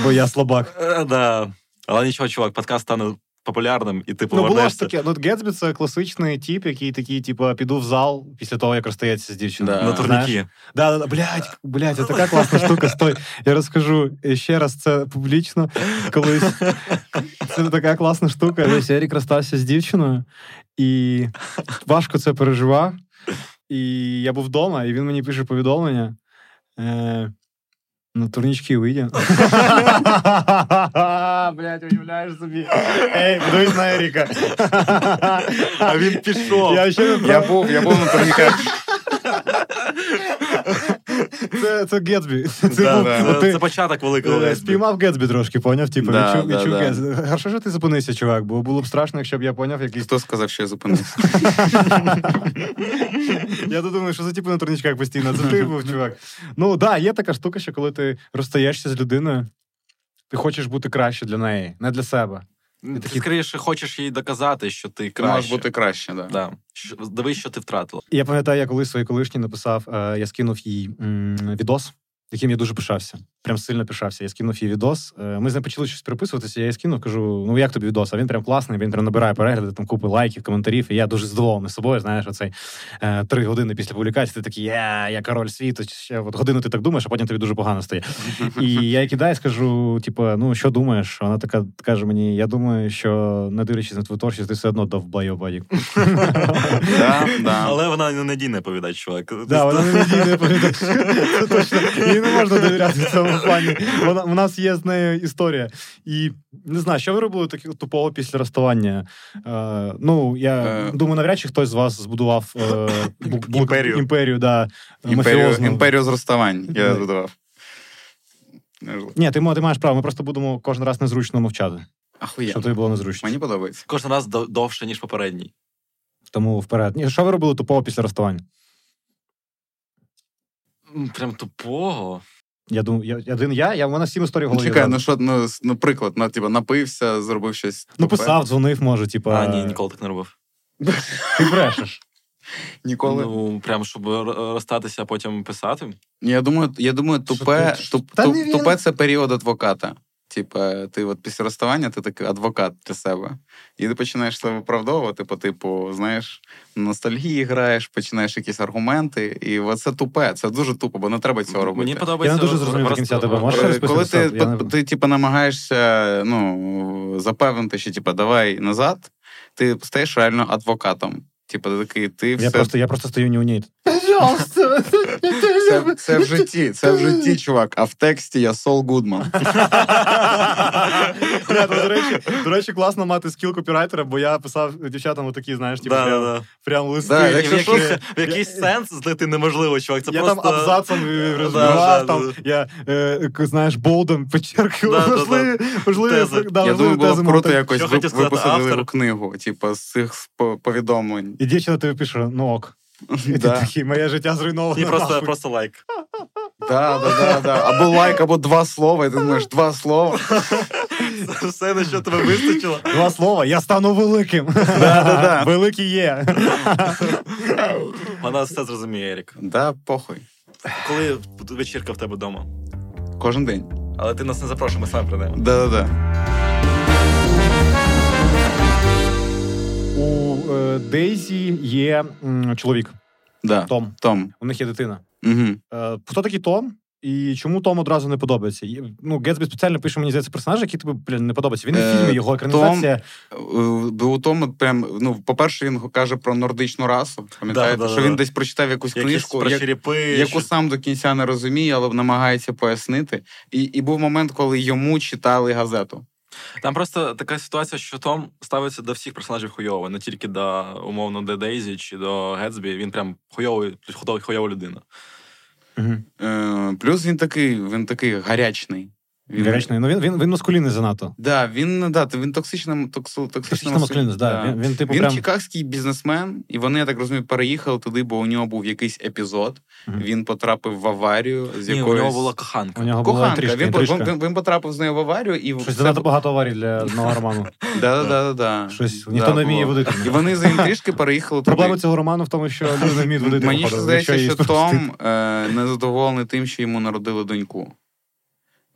A: бо я слабак.
C: Е, Да. Але нічого, чувак, подкаст стане популярним, і ти
A: Ну, було ж
C: повернешся.
A: таке. Ну, Гетсбі це класичний тіп, який такий, типу, піду в зал після того, як розстається з дівчиною.
B: Да.
C: на
B: Знаєш,
C: турніки.
A: Да, да, да, блядь, блядь, це така класна штука. Стой, я розкажу ще раз це публічно. Колись це така класна штука. Ось Ерік розстався з дівчиною, і важко це переживав. І я був вдома, і він мені пише повідомлення. Е, на турнічки вийде. Блять, уявляєш собі. Ей, подивись на Еріка.
C: А він пішов.
A: Я ще не
B: Я був, я був на турніках.
A: Це, це Гетсбі. Це,
B: Да,
A: був-
B: да.
A: от Е, ти-
C: Ну, Це, це початок великого
A: Е,
C: лесбі.
A: Спіймав Гетсбі трошки, поняв? Типу,
B: Да,
A: відчув,
B: да,
A: відчув
B: да.
A: Гетсбі. Хорошо, що ти зупинився, чувак, бо було б страшно, якщо б я поняв якийсь.
B: Хто сказав, що я зупинився?
A: я то думаю, що за типу на турнічках постійно. Це ти був, чувак. Ну так, да, є така штука, що коли ти розстаєшся з людиною, ти хочеш бути краще для неї, не для себе.
C: Ти скоріше хочеш їй доказати, що ти
B: Ти можеш
C: краще.
B: бути краще, так.
C: Да. Що- Дивись, що ти втратила.
A: І Я пам'ятаю, я колись своїй колишній написав, е, я скинув їй м, відос, яким я дуже пишався. Прям сильно пишався. Я скинув їй відос. Е, Ми з ним почали щось переписуватися. Я їй скинув, кажу: ну як тобі відос? А він прям класний, він прям набирає перегляди, там купи лайків, коментарів. І я дуже задоволений собою. Знаєш, оцей е, три години після публікації. Ти такий, я, я король світу. чи Ще от годину ти так думаєш, а потім тобі дуже погано стає. І я їй кидаю, скажу: типу, ну що думаєш? Вона така каже мені: я думаю, що не дивлячись на твою творчість, ти все одно дав байобадік.
B: Да, да.
C: Але вона ненадійна повідач, чувак.
B: Тобто
A: Да, вона не надійна повідач. Це точно. Їй не можна довіряти в цьому плані. Вона у нас є з нею історія. І не знаю, що ви робили таке тупого після розставання. Е, ну, я
B: Е.
A: думаю, навряд чи хтось з вас збудував е, бу- бу-
C: Імперію.
A: імперію, да,
B: Імперію,
A: мафіозну.
B: імперію зроставань я
A: Да.
B: додавав. Не жлоб.
A: Ні, ти, мо- ти маєш право, ми просто будемо кожен раз незручно мовчати, щоб
B: Ахуєнно.
A: тобі було незручно.
B: Мені подобається.
C: Кожен раз дов- довше, ніж попередній.
A: Тому вперед. Ні, що ви робили тупого після розставання?
C: М, Прям тупого.
A: Я думаю, я один я, я вона всім історії в
B: Ну,
A: голові.
B: чекай,
A: зразу.
B: ну що, ну, с- ну приклад, ну, типу, напився, зробив щось.
A: ну
B: тупе.
A: писав, дзвонив, може, типа.
C: А, ні, ніколи так не робив.
A: Ти брешеш.
B: Ніколи.
C: Ну, прям щоб р- розстатися, а потім писати.
B: Ні, Ну, Я думаю, я думаю, тупе,
A: Що ти-
B: туп,
A: Та
B: туп-
A: не він.
B: тупе це період адвоката. Типа, ти от після розставання ти такий адвокат для себе. І ти починаєш себе виправдовувати, по типу, знаєш, на ностальгії граєш, починаєш якісь аргументи. І от це тупе, це дуже тупо, бо не треба цього робити.
C: Мені подобається.
A: Я не дуже зрозумів до кінця
C: роз-
A: тебе,
C: роз-
A: можеш?
B: Е,
A: розписати
B: Коли ти,
A: сад, я не-
B: ти, ти типу, намагаєшся ну, запевнити, що типу, давай назад, ти стаєш реально адвокатом. Типу, ти такий, ти
A: Я
B: все
A: просто, я просто стою неунейт.
B: Це, це в житті, це в житті, чувак. А в тексті я Сол Гудман.
A: Бля, ну, до речі, до речі, класно мати скіл копірайтера, бо я писав дівчатам отакі, знаєш, типу,
C: Да, да,
A: прям,
C: да.
A: прям листи.
B: Да,
A: які-
C: В
B: якщо що,
C: якийсь- в якийсь сенс злити неможливо, чувак. Це
A: я
C: просто.
A: там абзацом
C: Да,
A: розбивав,
C: да,
A: там,
C: да.
A: я, е, к- знаєш, болдом
C: Да,
A: підчеркував
C: да, да.
A: важливі, важливі,
C: Тези.
A: да,
B: я
A: важливі
B: думаю, було
A: тези
B: б круто
A: моменти.
B: якось
C: Що
B: ви,
C: хотів сказати
B: виписати
C: автор?
B: велику книгу, типу, з цих спо- повідомлень.
A: І дівчина тобі пише, ну ок. І ти
B: Да.
A: такий, моє життя зруйновано.
C: Ні, просто,
A: нахуй».
C: просто лайк.
B: Да, да, да, да. Або лайк, або два слова, і ти думаєш, два слова.
C: Це все, на що тебе вистачило.
A: Два слова, я стану великим.
B: да.
A: Великий є.
C: Вона все зрозуміє, Ерік.
B: Да, похуй.
C: Коли вечірка в тебе вдома?
B: Кожен день.
C: Але ти нас не запрошує, ми самі прийдемо.
B: Да, да, да.
A: У е, Дейзі є м, чоловік
B: да.
A: Том.
B: Том.
A: У них є дитина.
B: Угу.
A: Е, хто такий Том? І чому Том одразу не подобається? Є- Ну, Гетсбі спеціально пише мені здається персонаж, який тобі блін, не подобається. Він і в
B: Е,
A: фільмі його екранізація.
B: Е, Бо у тому прям, ну, по-перше, він каже про нордичну расу. Пам'ятаєте,
C: Да, да,
B: що
C: да.
B: він десь прочитав якусь
C: Якісь
B: книжку,
C: про
B: як-
C: черепи.
B: яку
C: що-
B: сам до кінця не розуміє, але намагається пояснити. І, і був момент, коли йому читали газету.
C: Там просто така ситуація, що Том ставиться до всіх персонажів хуйово, не тільки до умовно до Дейзі чи до Гетсбі. Він прям хуйовий, хуйова, хуйова людина.
A: Мгм.
B: Е, плюс він такий, він такий гарячний. Він,
A: Гарячний. Ну він він, він маскулінний занадто.
B: Да, він, да, ти- він токсична, токсу, токсична
A: Токсична маскулінність,
B: да.
A: да. Він, він типу
B: Він
A: прям
B: чикагський бізнесмен, і вони, я так розумію, переїхали туди, бо у нього був якийсь епізод.
A: Мгм.
B: Він потрапив в аварію з
C: Ні,
B: якоюсь...
C: у нього була коханка.
A: у нього була
B: Коханка,
A: трішки.
B: він, по-
A: трішка.
B: він, він потрапив з нею в аварію, і
A: Щось занадто багато аварій для одного роману.
B: да, да, да, да.
A: Щось
B: Да,
A: ніхто не вміє
B: було.
A: водити.
B: І вони за інтрижки переїхали туди.
A: Проблема цього роману в тому, що люди не вміють водити.
B: Мені
A: походу,
B: ж здається,
A: якщо її
B: що
A: спростити.
B: Том е, незадоволений тим, що йому народили доньку.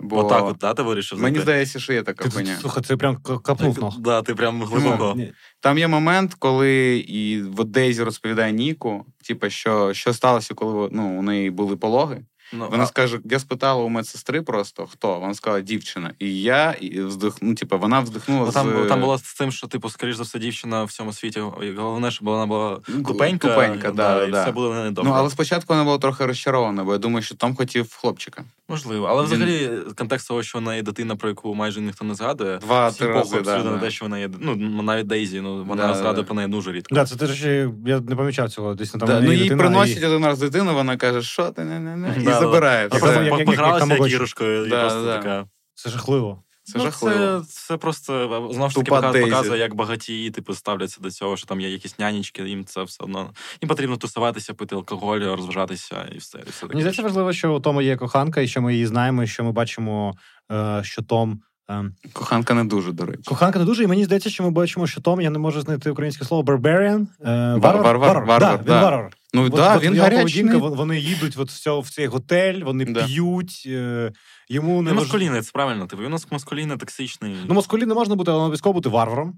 B: Бо
C: Отак от, да, ти вирішив
B: мені
C: зайти?
B: здається, що є така
A: Ти-
B: хуйня.
A: Слухай, це прям к- капнув ног.
C: Да, ти прям глибоко.
A: Ні.
B: Там є момент, коли і от Дейзі розповідає Ніку, типу, що, що сталося, коли ну, у неї були пологи.
C: Ну,
B: Вона
C: а-
B: скаже: я спитала у медсестри просто хто. Вона сказала дівчина. І я і вздихну, ну, типу, вона вздихнула
C: Ну, там,
B: з
C: там було з тим, що, типу, скоріш за все, дівчина в всьому світі. Головне, щоб вона була
B: Ну,
C: тупенька.
B: тупенька, да, да,
C: і
B: да.
C: все було не добре.
B: Ну, але спочатку вона була трохи розчарована, бо я думаю, що Том хотів хлопчика.
C: Можливо. Але
B: Він-
C: взагалі, контекст того, що вона є дитина, про яку майже ніхто не згадує. Всі
B: Два-три
C: похуй
B: рази.
C: абсолютно
B: Да,
C: на те,
B: да.
C: що вона є. Ну, навіть Дейзі, ну вона
B: Да,
C: згадує
B: да.
C: про неї дуже рідко.
A: Да, це ти ж я не помічав цього. Десь там
B: Да,
A: у неї
B: ну, їй
A: дитина,
B: приносять
A: і-
B: один раз дитину, вона каже, що ти не, не, не, і
C: Да, да.
B: забирає.
A: А
B: все.
A: потім як- як-
C: Просто
A: як
C: погралася
A: Тамагочі.
C: іграшкою і
B: Да,
C: просто
B: да.
C: така.
A: Це жахливо.
B: Це
C: Ну,
B: жахливо.
C: Це, це просто знову ж таки
B: Тупа
C: пока-
B: Дейзі.
C: показує, як багатії типу ставляться до цього, що там є якісь нянечки, їм це все одно. Їм потрібно тусуватися, пити алкоголь, розважатися і все. І все таке.
A: Мені здається важливо, що у Тома є коханка, і що ми її знаємо, і що ми бачимо, е, що Том. е,
B: Коханка не дуже, до речі.
A: Коханка не дуже, і мені здається, що ми бачимо, що Том, я не можу знайти українське слово barbarian. е,
B: Вар- варвар,
A: Да,
B: варвар,
A: він
B: да.
A: варвар.
B: Ну
A: От-
B: так, да,
A: от
B: він
A: його
B: гарячий.
A: поведінка, вон- Вони їдуть от в, цього, в цей готель, вони
B: Да.
A: п'ють. е, Йому не
C: Він
A: мож...
C: маскулінний, це правильно. Типу, він у нас маскулінний, токсичний.
A: Ну, москулі не можна бути, але обов'язково бути варваром.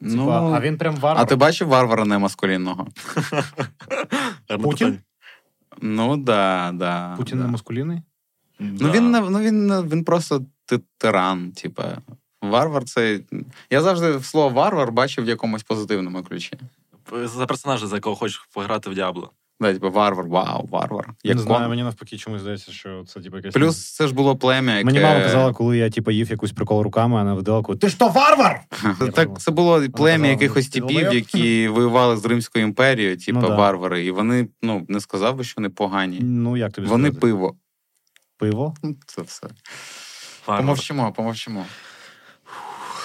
B: Ну,
A: Типа, а він прям варвар.
B: А ти бачив варвара немаскулінного?
C: Гарне
A: Путін?
C: питання.
B: Ну да, да.
A: Путін
B: да.
A: не маскулінний?
B: Ну він не ну він не- він просто ти- тиран, типа. Варвар це. Я завжди слово варвар бачив в якомусь позитивному ключі.
C: за персонажа, за якого хочеш пограти в Діабло.
B: Да, типу, варвар, вау, варвар. Як
A: не знаю,
B: он.
A: мені навпаки, чомусь здається, що це типу якесь.
B: Плюс це ж було плем'я, яке...
A: Мені мама казала, коли я типу, їв якусь прикол руками, вона видала коли, ти що варвар? Я
B: Так,
A: подумав.
B: це було плем'я
A: казала,
B: якихось
A: «Ти
B: типів,
A: долбойоб?»
B: які воювали з Римською імперією, типа
A: Ну да.
B: варвари. І вони, ну, не сказав би, що вони погані.
A: Ну як тобі
B: Вони
A: сказати?
B: пиво.
A: пиво.
B: Ну, Це все.
C: Варвар.
B: Помовчимо, помовчимо.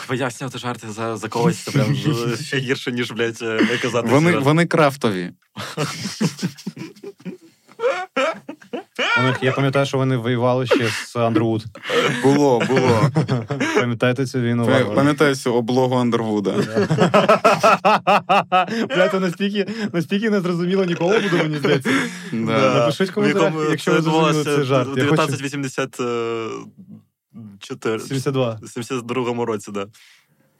C: Поясняв ти жарти за, за когось, це прям ну, ж- ще гірше, ніж, блядь, е, казати.
B: Вони,
C: зараз.
B: вони крафтові.
A: Вони- я пам'ятаю, що вони воювали ще з Андервуд.
B: Було, було.
A: Пам'ятаєте цю війну?
B: Пам'я-
A: варварів?
B: Пам'ятаю цю облогу Андервуда.
A: Бля, це настільки, настільки не зрозуміло нікого буде, мені здається.
B: Да.
A: Напишіть в коментарях,
C: Якому
A: якщо
C: це
A: ви зрозуміли
C: відбувалося
A: цей жарт.
C: в
A: Я хочу-
C: э, 1984.
A: 72.
C: 72-му році, да.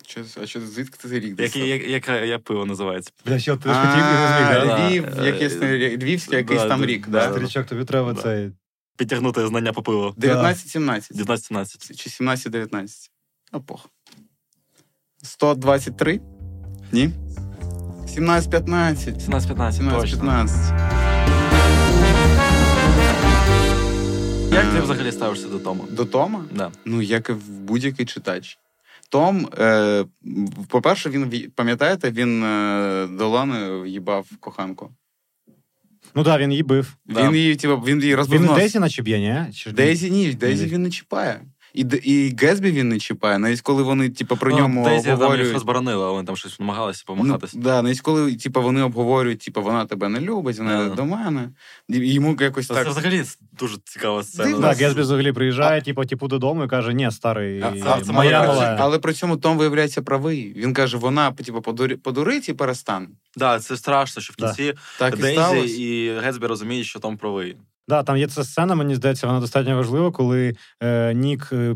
B: Чи- А що звідки ти рік?
C: Як,
B: дістав?
C: як, як, як пиво називається?
A: Бля, що ти ж хотів і не
B: А,
A: зміг, да?
C: да?
B: Львів,
C: Да.
B: якийсь не- львівський, якийсь
C: Да,
B: там
C: да,
B: рік,
C: да.
B: да?
A: Старичок, тобі треба
C: Да.
A: цей.
C: Підтягнути знання по пиву.
B: 19-17.
C: 19-17.
B: Чи 17-19. Ну, пох. 123? Ні? 17-15.
C: 17-15, точно.
B: 17-15.
C: Як ти взагалі ставишся до Тома?
B: До Тома?
C: Да.
B: Ну, як і в будь-який читач. Том, е, по-перше, він в'ї- пам'ятаєте, він е, доланою їбав коханку.
A: Ну так, він її бив.
C: Да.
B: Він її, типу, він її розбив
A: Він і
B: нос.
A: Дейзі наче б'є, ні? Чи-
B: Дейзі ні, Дейзі
A: Ні.
B: він не чіпає. І, Д- і Гесбі він не чіпає, навіть коли вони типу, про
C: Ну,
B: ньому
C: Дейзі там їх
B: обговорюють.
C: розборонила, вони там щось намагалися
B: Ну,
C: помагатися.
B: да, навіть коли типу, вони обговорюють, типу, вона тебе не любить, вона
C: Да.
B: до мене. І- і Йому якось
C: Це
B: так.
C: взагалі дуже цікава сцена.
B: Дивно.
A: Так, Гесбі взагалі приїжджає, типу, типу додому і каже, ні, старий,
B: А- а-
A: моя
C: це моя
B: але-
A: малая.
B: Але при цьому Том виявляється правий. Він каже, вона типу, подурі- подурить і перестане.
C: Да, це страшно, що в
A: Да.
C: кінці
B: Так і сталося.
C: Дейзі і Гетсбі розуміють, що Том правий.
A: Да, там є ця сцена, мені здається, вона достатньо важлива, коли е, Нік е,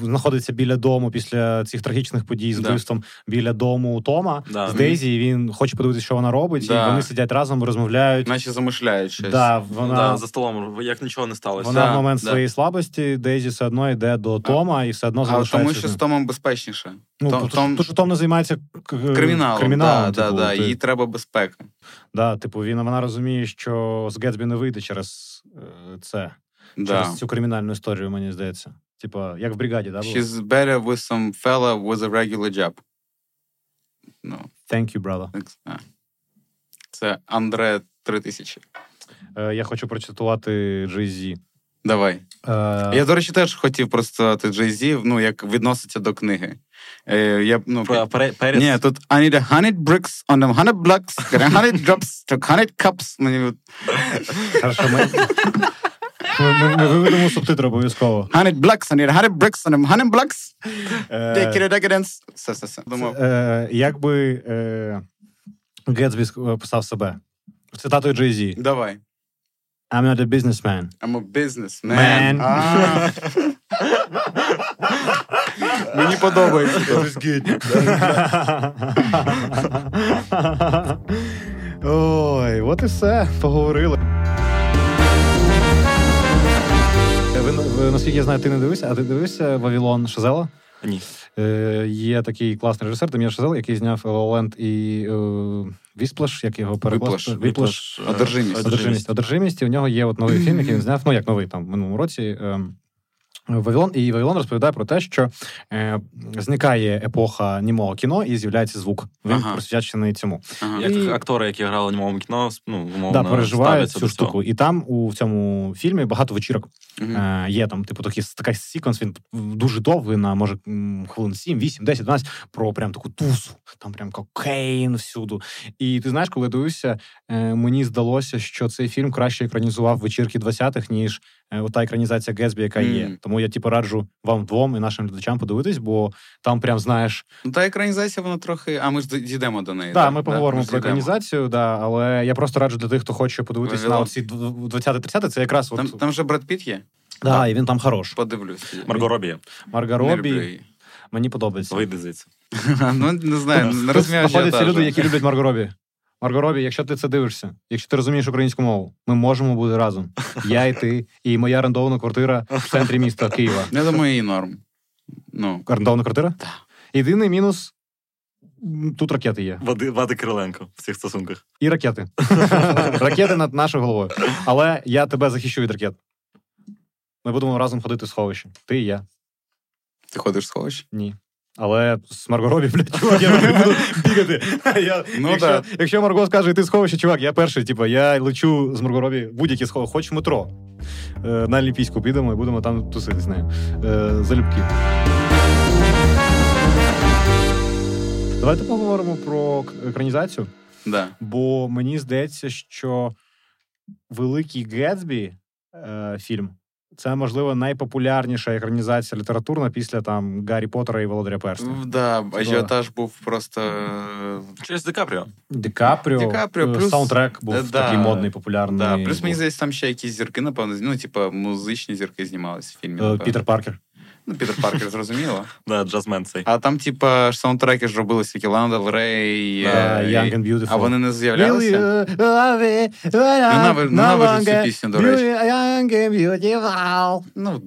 A: в- знаходиться біля дому після цих трагічних подій з
B: Да.
A: вбивством біля дому у Тома
C: Да.
A: з Дейзі. і Він хоче подивитися, що вона робить,
B: Да.
A: і вони сидять разом, розмовляють.
B: Наче замишляють щось.
A: Да,
C: Ну,
A: вона
C: да, за столом, як нічого не сталося.
A: вона
B: да,
A: в момент
B: да.
A: своєї слабості. Дейзі все одно йде до Тома і все одно
B: Але
A: залишається.
B: тому що
A: з
B: з
A: ним.
B: Томом безпечніше.
A: ну,
B: Том-
A: тому,
B: Том-
A: що Том не займається к- е,
B: Криміналом.
A: криміналом,
B: да,
A: типу,
B: да, да.
A: ти-
B: Їй треба безпека.
A: да, типу, він вона розуміє, що з Гетсбі не вийде через е, це,
B: Да.
A: через цю кримінальну історію, мені здається. Типа, як в бригаді, да, було?
B: She's better with some fella with a regular job. Ну,
A: Thank you, brother.
B: так, а. це Андре 3000.
A: Е, я хочу процитувати Джей-Зі.
B: Давай.
A: Е,
B: Я, до речі, теж хотів просто Джей Зі, ну, як відноситься до книги. Е, я, б, ну,
C: Про
B: під-
C: Пере- Перес.
B: Ні, тут I need a hundred bricks on a hundred blocks, get a hundred drops, took hundred cups. Мені от
A: Хорошо, ми... Ми, ми, ми виведемо субтитри обов'язково.
B: Hundred blocks, I need a hundred bricks on a hundred blocks, take it
A: Е,
B: a decadence. Все, все, все. Думав,
A: е, якби э, е, Гетсбі ск- писав себе. э, Цитатою Джей-Зі.
B: давай.
A: I'm not a businessman.
B: I'm a businessman.
A: Man.
B: А. Мені подобається.
A: Ой, от і все, поговорили. Ви, ви, наскільки я знаю, ти не дивився, а ти дивився Вавилон Шазела?
C: Ні.
A: Е, є такий класний режисер Дем'ян Шазел, який зняв Ленд і е, Вісплаш, як його
B: Віплаш,
A: перекласти? Віплаш.
C: Віплаш, е,
B: Одержимість.
A: Одержимість. Одержимість. І в нього є от новий фільм, який він зняв, ну як новий там в минулому році. ем, Вавилон і Вавилон розповідає про те, що е, зникає епоха німого кіно і з'являється звук. Він
B: Ага.
A: присвячений цьому.
B: Ага.
C: Як
A: І-
C: актори, які грали в німовому кіно, ну, умовно,
B: э,
A: Да, переживає
C: ставляться
A: цю
C: до цього.
A: штуку. І там у цьому фільмі багато вечірок
B: Мгм.
A: Е, є там, типу, такий така секвенс, він дуже довгий, на може м, хвилин 7, 8, 10, 12, про прям таку тусу, там прям кокейн всюду. І ти знаєш, коли я дивився, е, мені здалося, що цей фільм краще екранізував вечірки 20-х, ніж е, ота екранізація Гетсбі, яка є.
B: Мгм.
A: Тому я типу раджу вам двом і нашим глядачам подивитись, бо там прям знаєш.
B: Ну, Та екранізація, вона трохи. А ми ж дійдемо до неї.
A: Так, да, ми поговоримо
B: ми ж
A: про
B: дійдемо.
A: екранізацію, да, але я просто раджу для тих, хто хоче подивитись на
B: Вавилон.
A: оці 20-30, це якраз
B: Там,
A: от
B: там же Бред Піт є?
A: да, і він там хорош.
B: Подивлюсь.
C: Марго Робі,
A: Марго
B: Не люблю
A: Робі,
B: її.
A: мені подобається.
C: вийди звідси.
B: Ну, не знаю, не
A: Тут
B: розумію.
A: знаходяться
B: ажіотажу.
A: люди, які люблять Марго Робі. Марго Робі, якщо ти це дивишся, якщо ти розумієш українську мову, ми можемо бути разом. Я і ти, і моя орендована квартира в центрі міста Києва.
B: Я думаю, її норм. Ну,
A: Орендована квартира? Так. Єдиний мінус. м, Тут ракети є.
C: Вади, Вади Кириленко в цих стосунках.
A: І ракети. ракети над нашою головою. Але я тебе захищу від ракет. Ми будемо разом ходити в сховище. Ти і я.
B: ти ходиш в сховище.
A: Ні. Але з Марго Робі, блядь, чувак, я не буду бігати. Я,
B: Ну
A: якщо,
B: да.
A: якщо Марго скаже, ти сховище, чувак, я перший, типу, я лечу з Марго Робі будь-які сховища, хоч в метро. Е, На Олімпійську підемо і будемо там тусити з нею. Е, Залюбки. Давайте поговоримо про к- екранізацію,
B: Да.
A: бо мені здається, що Великий Гетсбі е, фільм. Це, можливо, найпопулярніша екранізація літературна після там Гаррі Поттера і Володаря Перстня.
B: В- Да,
A: Це
B: ажіотаж був просто. е,
C: Через Ді Капріо.
A: Ді Капріо,
B: Ді Капріо,
A: е,
B: плюс-
A: саундтрек був
B: Е, да.
A: такий модний, популярний. е,
B: Да. Плюс мені
A: Був.
B: здається, там ще якісь зірки, напевно, ну, типа музичні зірки знімалися в фільмі.
A: Е,
B: напевно.
A: Пітер Паркер.
B: Ну, Пітер Паркер, зрозуміло.
C: Да, джазмен цей.
B: А там, типа, ж саундтреки ж робилися, які Лана Дель Рей.
A: Е,
B: е,
A: Young
B: і-
A: and Beautiful. uh,
B: А вони не з'являлися? Ненавижу- Ненавиджу цю пісню, до речі.
A: uh, Young and beautiful.
B: Ну,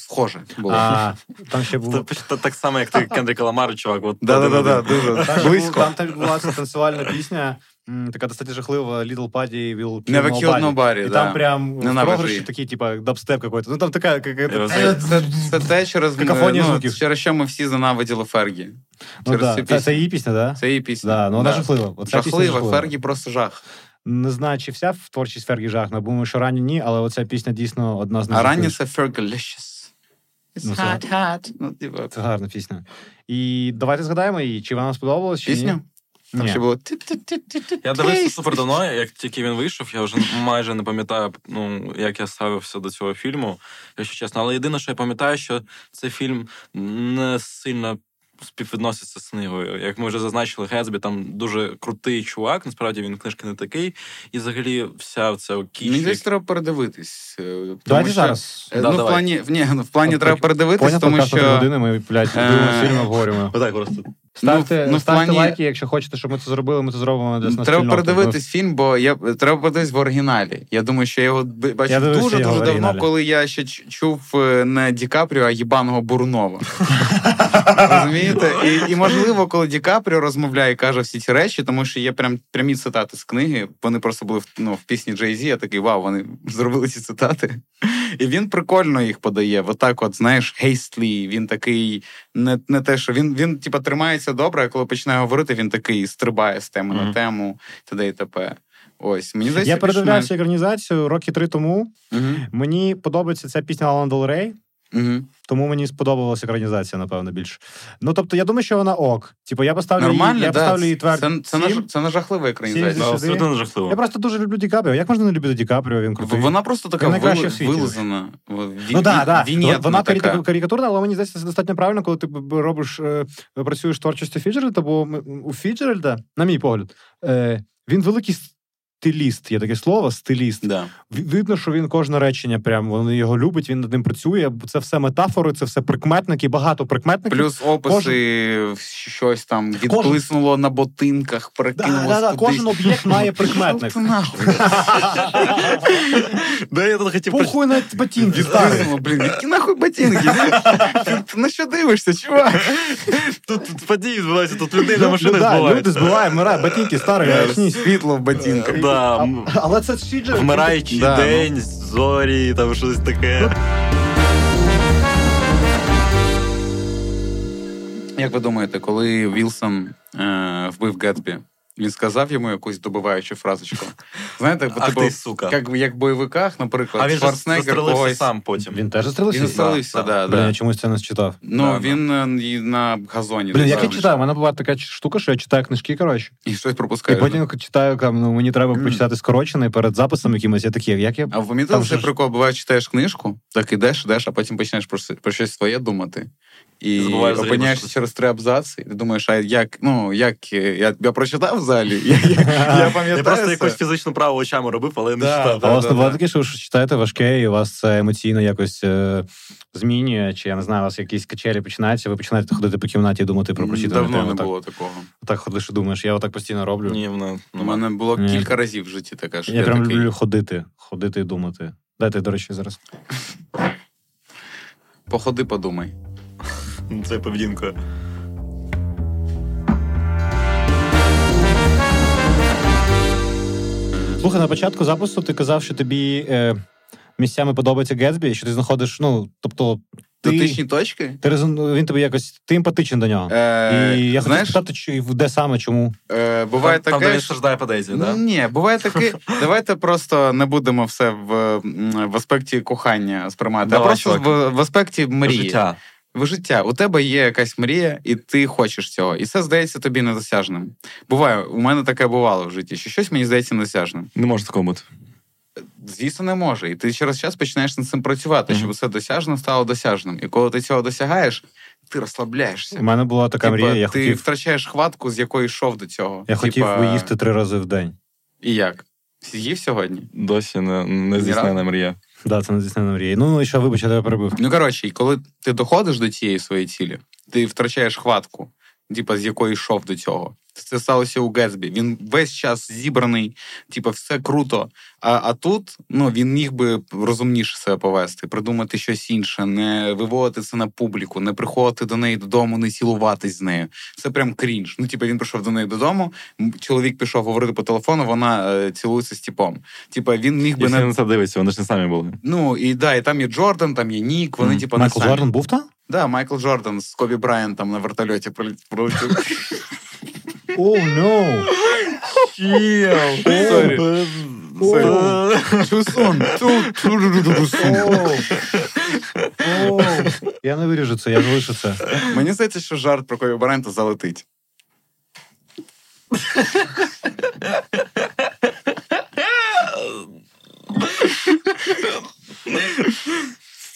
B: схоже було.
A: А, там ще було...
C: Та- та- Так само, як ти Кендрі Ламар, чувак. от-
B: Да-да-да,
A: Там,
B: дуже
A: ще був-
B: близько.
A: там, там була ця танцювальна пісня, м, така достатньо жахлива Little Paddy Will Kill
B: Never Killed
A: Nobody.
B: Nobody,
A: І
B: да.
A: там прям в
B: Ненавиджу
A: програші
B: її.
A: такий, типа, дабстеп какой-то. Ну там така, як...
C: Я
B: Це, це, це те, через,
A: Какофонія
B: ну,
A: звуків.
B: через що ми всі ненавиділи Фергі.
A: Ну,
B: Через
A: да.
B: цю
A: Це,
B: пісню.
A: це її пісня, да?
B: Це її пісня.
A: Да, ну вона жахлива. Оця пісня
B: Жахлива, Фергі просто жах.
A: Не знаю, чи вся в творчість Фергі жахна. Думаю, що ранні ні, але оця пісня дійсно одна з
B: А ранні
A: найжахливіших.
B: це Fergalicious.
A: Ну,
B: It's
A: це-
B: hot, hot. Ну, типа,
A: Це гарна пісня. І давайте згадаємо її, чи вона сподобалась, чи
B: пісню?
A: ні.
B: Там
A: ні.
B: ще було...
C: Я дивився супер давно, як тільки він вийшов, я вже майже не пам'ятаю, ну як я ставився до цього фільму, якщо чесно. Але єдине, що я пам'ятаю, що цей фільм не сильно співвідноситься з книгою. Як ми вже зазначили, Гетсбі там дуже крутий чувак. Насправді він книжки не такий. І взагалі вся ця
B: Мені
C: кіч.
B: здається, треба передивитись. е, тому
A: Давайте
B: що-
A: зараз.
B: Е,
C: Да,
B: Ну, в
C: давай.
B: плані, ні, ну, в плані
A: От
B: треба
A: так.
B: передивитись,
A: Понятно,
B: тому
A: що... три
B: що
A: години ми, блядь,
B: Е,
A: дивимося фільм, обговорюємо.
C: Отак просто.
A: Ставте,
B: ну, в
A: ставте
B: плані-
A: лайки, якщо хочете, щоб ми це зробили, ми це зробимо для нас.
B: треба
A: спільноти.
B: передивитись фільм, бо я треба подивитись в оригіналі. Я думаю, що я його б-
A: Я
B: бачив
A: дивився
B: дуже
A: його в
B: дуже давно,
A: оригіналі.
B: коли я ще ч- чув е, не Ді Капріо, а їбаного Бурнова. Розумієте? І, і можливо, коли Ді Капріо розмовляє і каже всі ці речі, тому що є прям прямі цитати з книги. Вони просто були в, ну, в пісні Джей Зі. Я такий вау, вони зробили ці цитати. І він прикольно їх подає. Отак, от знаєш, гейстлі. Він такий не, не те, що він, він типа тримається добре, а коли починає говорити, він такий стрибає з теми на
C: Мгм.
B: тему, т.д. і т.п. Ось мені здається,
A: Я передивлявся екранізацію роки три тому.
B: Угу.
A: Мені подобається ця пісня Алан Дел Рей.
B: Угу.
A: Тому мені сподобалася екранізація, напевно, більше. Ну тобто, я думаю, що вона ок. Типу, я поставлю
B: Нормально,
A: її, я
B: да.
A: поставлю її твердо.
B: Це, це, не, ж-
A: сім.
B: це не жахлива
A: Сім
B: екранізація.
A: зі-
C: Абсолютно не жахливо.
A: Я просто дуже люблю Ді Капріо. Як можна не любити Ді Капріо? Він крутий.
B: Вона просто така
A: Він найкраще в
B: вили,
A: світі.
B: вилизана. Ві-
A: Ну да,
B: ві-
A: да.
B: вінетна
A: Вона карі-
B: така.
A: карикатурна, але мені здається, це достатньо правильно, коли ти б- робиш, е, працюєш творчістю Фіджеральда, бо м- у Фіджеральда, на мій погляд, е, він великий с- стиліст. Є таке слово стиліст.
B: Да.
A: В- Видно, що він кожне речення, прям вони його любить, він над ним працює. бо Це все метафори, це все прикметники, багато прикметників.
B: Плюс описи, щось там відблиснуло на ботинках,
A: Да,
B: перекинулося
A: да, да,
B: туди.
A: кожен об'єкт має прикметник.
B: Що ти нахуй?
C: Да, я тут хотів прочитати.
A: Похуй на ботинки. старий.
B: Відблиснуло, блін, які нахуй ботинки? Ти- Ти на що дивишся, чувак?
C: Тут, тут події відбуваються, тут людей на
A: Лю-
C: машинах
A: Ну, да,
C: збивають.
A: Люди збивають, вмирають, ботинки старі,
B: Э,
A: очнісь.
B: Світло в ботинках.
C: Е, Да,
A: А-
C: м-
A: Але це ще ж-
C: Вмираючий
B: Да, ну.
C: день, зорі, там щось таке.
B: Як ви думаєте, коли Вілсон е, вбив Гетбі, він сказав йому якусь добиваючу фразочку? Знаєте, бо,
C: Ах
B: типу,
C: ти, сука.
B: як, як в бойовиках, наприклад,
C: А він же
B: Шварценеггер
C: застрелився
B: когось...
C: сам потім.
A: Він теж застрелився?
B: Він застрелився,
C: Да,
B: да,
A: Блін, я
B: да.
A: чомусь це не читав.
B: Ну,
C: Да, да.
B: він е, і на газоні.
A: Блін,
B: так
A: як я
B: само.
A: читаю, у мене була така ч- штука, що я читаю книжки, коротше.
B: І щось
A: І
B: пропускає.
A: потім читаю, там, ну мені треба
B: Мгм.
A: почитати скорочений перед записом якимось. Я такий, як я.
B: А ви
A: Там
B: помітили
A: же
B: цей
A: ж-
B: прикол? Буває, читаєш книжку, так ідеш, ідеш, а потім починаєш про, с- про щось своє думати. І
C: Забуваєш взагалі про
B: опиняєшся
C: щось.
B: через три абзаци, і ти думаєш, а як, ну, як е, я, я прочитав взагалі? Я, я, я пам'ятаю.
C: Я просто
B: це.
C: якусь фізичну праву очами робив, але не
B: Да,
C: читав.
A: А у вас не
B: ну, да,
A: було
B: да.
A: таке, що ви щось читаєте важке, і у вас це емоційно якось е, змінює, чи я не знаю, у вас якісь качелі починаються, ви починаєте ходити по кімнаті і думати про прочитане.
B: Давно
A: теми,
B: не
A: так.
B: було такого.
A: Так ходиш і думаєш, я отак постійно роблю.
C: Ні, вона
B: У мене було
A: Ну, Ні.
B: кілька разів в житті таке, що
A: я прям
B: такий,
A: люблю ходити, ходити і думати. Дайте, до речі, зараз.
B: походи, подумай.
C: це поведінка.
A: Слухай, на початку запису ти казав, що тобі е, місцями подобається Гетсбі, що ти знаходиш, ну, тобто, ти,
B: Дотичні точки?
A: ти резон- він тобі якось ти емпатичен до нього.
B: Е,
A: і я хотів
B: знаєш,
A: спитати, чи де саме, чому.
B: е, буває
C: там, там, де
B: таке,
C: він
B: що...
C: страждає по Дейзі,
B: Ну,
C: да?
B: Ні, буває таке. Давайте просто не будемо все в, м, в аспекті кохання сприймати, а
C: Давай,
B: просто
C: чувак.
B: в, в аспекті мрії.
C: Життя.
B: В життя. У тебе є якась мрія, і ти хочеш цього. І це здається тобі недосяжним. Буває, у мене таке бувало в житті, що щось мені здається недосяжним.
C: Не може такого бути.
B: Звісно, не може. І ти через час починаєш над цим працювати,
C: Мгм.
B: щоб це досяжне стало досяжним. І коли ти цього досягаєш, ти розслабляєшся.
A: У мене була така
B: Типа,
A: мрія, я
B: ти
A: хотів,
B: втрачаєш хватку, з якої йшов до цього.
A: я хотів
B: Типа,
A: поїсти три рази в день.
B: І як? З'їв сьогодні?
C: Досі не, не здійснена мрія.
A: Да, це не здійснена мрія. Ну і що, вибач, я тебе перебив.
B: Ну коротше, і коли ти доходиш до цієї своєї цілі, ти втрачаєш хватку, типа з якої йшов до цього. Це сталося у Гетсбі. Він весь час зібраний, типа, все круто. А, а тут ну він міг би розумніше себе повести, придумати щось інше, не виводити це на публіку, не приходити до неї додому, не цілуватись з нею. Це прям крінж. Ну, типа, він прийшов до неї додому. м, Чоловік пішов говорити по телефону. Вона е, цілується з тіпом. Типа, він міг би
C: Якщо
B: не
C: на це дивиться, вони ж не самі були.
B: ну і да, і там є Джордан, там є Нік. Вони
C: Мгм.
B: типа не
A: Майкл
B: самі.
A: Джордан був там?
B: Да, Майкл Джордан з Кобі Брайантом на вертольоті пролі- пролетів.
A: О, no.
B: Сорі.
A: О.
B: Чусон. Ту- ту-ру-ру-ру-ру-сун.
A: О. Я не виріжу це, я залишу це.
B: Мені здається, що жарт про Кобі Брайанта залетить.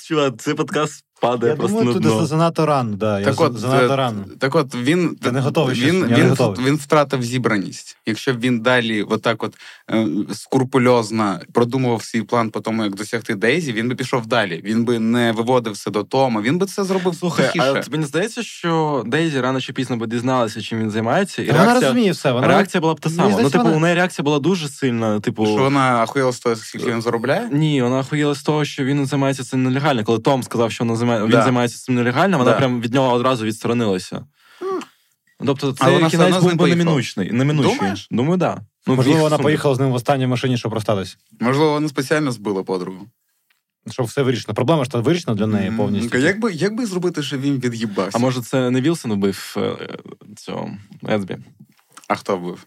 C: Чувак, цей подкаст падає
A: Я
C: просто
A: думаю,
C: на
A: туди за-
C: дно.
A: занадто рано, да. Я
B: Так от,
A: за- занадто
B: е,
A: рано.
B: Так от він
A: Я не готовий ще,
B: він,
A: я не
B: він,
A: готовий.
B: він втратив зібраність. Якщо б він далі, отак, от е, скрупульозно продумував свій план по тому, як досягти Дейзі, він би пішов далі. Він би не виводився до тому. Він би це зробив
C: Слухай, а
B: тихіше.
C: тобі не здається, що Дейзі рано чи пізно би дізналася, чим він займається, і
A: Та Вона
C: реакція,
A: розуміє все, вона
C: реакція була б та
A: Мені
C: сама. Ну,
A: здається,
C: типу,
A: вона-
C: у неї реакція була дуже сильна, типу.
B: Що вона ахуєла з того, скільки він заробляє?
C: Ні, вона охуєла з того, що він займається цим нелегально. Коли Том сказав, що вона займа- він
B: Да.
C: займається цим нелегально, вона
B: Да.
C: прям від нього одразу відсторонилася. Тобто
B: Але
C: це
B: вона все
C: кінець
B: одно з
C: був
B: ним
C: би
B: поїхала.
C: неминучий. неминучий.
B: Думаєш?
C: Думаю, да. Ну,
A: Можливо,
C: їх
A: вона
C: сум-
A: поїхала з ним в останній машині, щоб розстатись.
B: Можливо, вони спеціально збили подругу.
A: Щоб все вирішено. Проблема ж та вирішена для неї
B: М,
A: повністю.
B: Ну, Як би, як би зробити, щоб він від'їбався?
C: А може, це не Вілсон вбив е, е, цього Едбі?
B: а хто вбив?
A: Типу,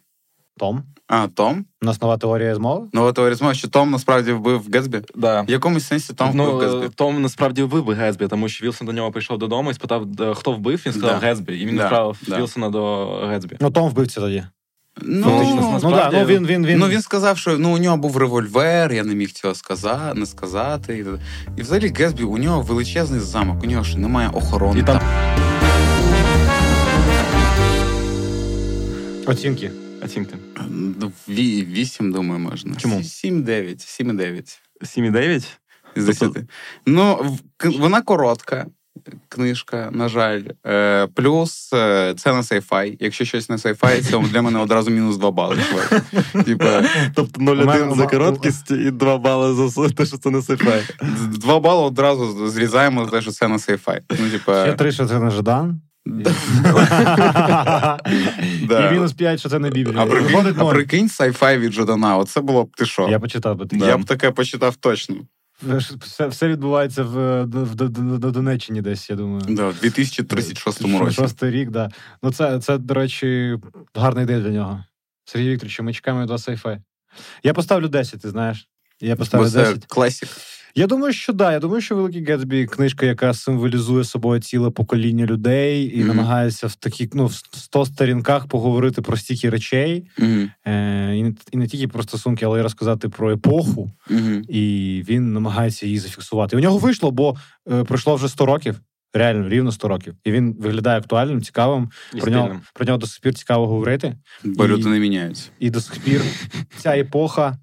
A: Том.
B: А, Том?
A: У нас нова теорія змови.
B: Ну, от розмова, що Том насправді вбив Гетсбі?
C: Да.
B: В якомусь сенсі Том
C: ну,
B: вбив
C: е,
B: Гетсбі.
C: Том насправді вбив би Гетсбі, тому що Вілсон до нього прийшов додому і спитав, де- хто вбив, він сказав
B: Да.
C: Гетсбі, і він
B: Да.
C: направив
B: Да.
C: Вілсона до Гетсбі.
A: Ну, Том вбивця тоді.
C: фактично,
A: ну,
B: Ну,
A: ну, да,
C: насправді-
A: ну він, він, він.
B: ну, він сказав, що ну, у нього був револьвер, я не міг цього сказати, не сказати. І, і взагалі Гетсбі, у нього величезний замок, у нього ж немає охорони.
C: І там
A: Оцінки.
C: оцінки?
B: Ві- Вісім, думаю, можна.
C: Чому?
B: Сім-дев'ять. Сім-дев'ять.
C: 7,9?
B: З
C: Тобто-
B: 10. Ну, в- к- вона коротка. Книжка, на жаль. Е, плюс е, це на sci-fi. Якщо щось на sci-fi, це для мене одразу мінус 2 бали. Типу, чувак. Типа,
C: Тобто
A: У мене-
C: 0,1
A: у-
C: за короткість і 2 бали за те, що це не сифай.
B: 2 бали одразу зрізаємо за те, що це на sci-fi. Ну, типа,
A: Ще три, що це не Жадан.
B: да. Да.
A: І мінус п'ять, що це не Біблія.
B: А прикинь,
A: Виходить
B: а
A: ноль.
B: прикинь sci-fi від Жадана. Оце було б ти що?
A: Я почитав би.
B: Я б таке почитав точно.
A: Все, все відбувається в, в, в- на Донеччині десь, я думаю.
B: Да, в 2036 році.
A: Шостий рік, да. Ну це, це, до речі, гарний день для нього. Сергій Вікторович, ми чекаємо до сайфе. Я поставлю 10, ти знаєш. Я
B: Бо
A: поставлю
B: це
A: 10.
B: класік.
A: Я думаю, що да. Я думаю, що Великий Гетсбі книжка, яка символізує собою ціле покоління людей і
B: Мгм.
A: намагається в такі, ну, в 100 сторінках поговорити про стільки речей,
B: Мгм.
A: е, і, не, і не тільки про стосунки, але й розказати про епоху.
B: Мгм.
A: І він намагається її зафіксувати. У нього вийшло, бо е, пройшло вже 100 років. Реально, рівно 100 років. І він виглядає актуальним, цікавим. Про нього, про нього до сих пір цікаво говорити.
B: Бо
A: І-
B: люди не міняються.
A: І до сих пір ця епоха.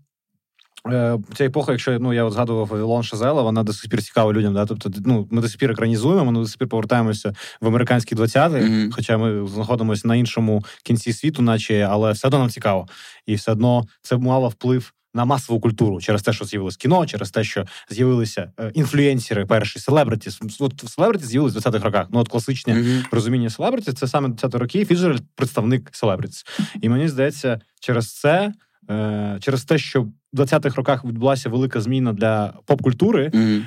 A: е, Ця епоха, якщо ну я от згадував Вавилон Шазела, вона до сих пір цікава людям. Да? Тобто, ну ми до сих пір екранізуємо, ми до сих пір повертаємося в американські 20 ті
B: Мгм.
A: Хоча ми знаходимося на іншому кінці світу, наче, але все одно нам цікаво. І все одно це мало вплив на масову культуру через те, що з'явилось кіно, через те, що з'явилися е, інфлюенсери, перші селебриті. От селебриті з'явились в 20-х роках. Ну от класичне
B: Мгм.
A: розуміння селебриті, це саме 10 років. Фіджеральд представник селебриті. І мені здається, через це, е, через те, що в 20-х роках відбулася велика зміна для поп-культури,
B: Мгм.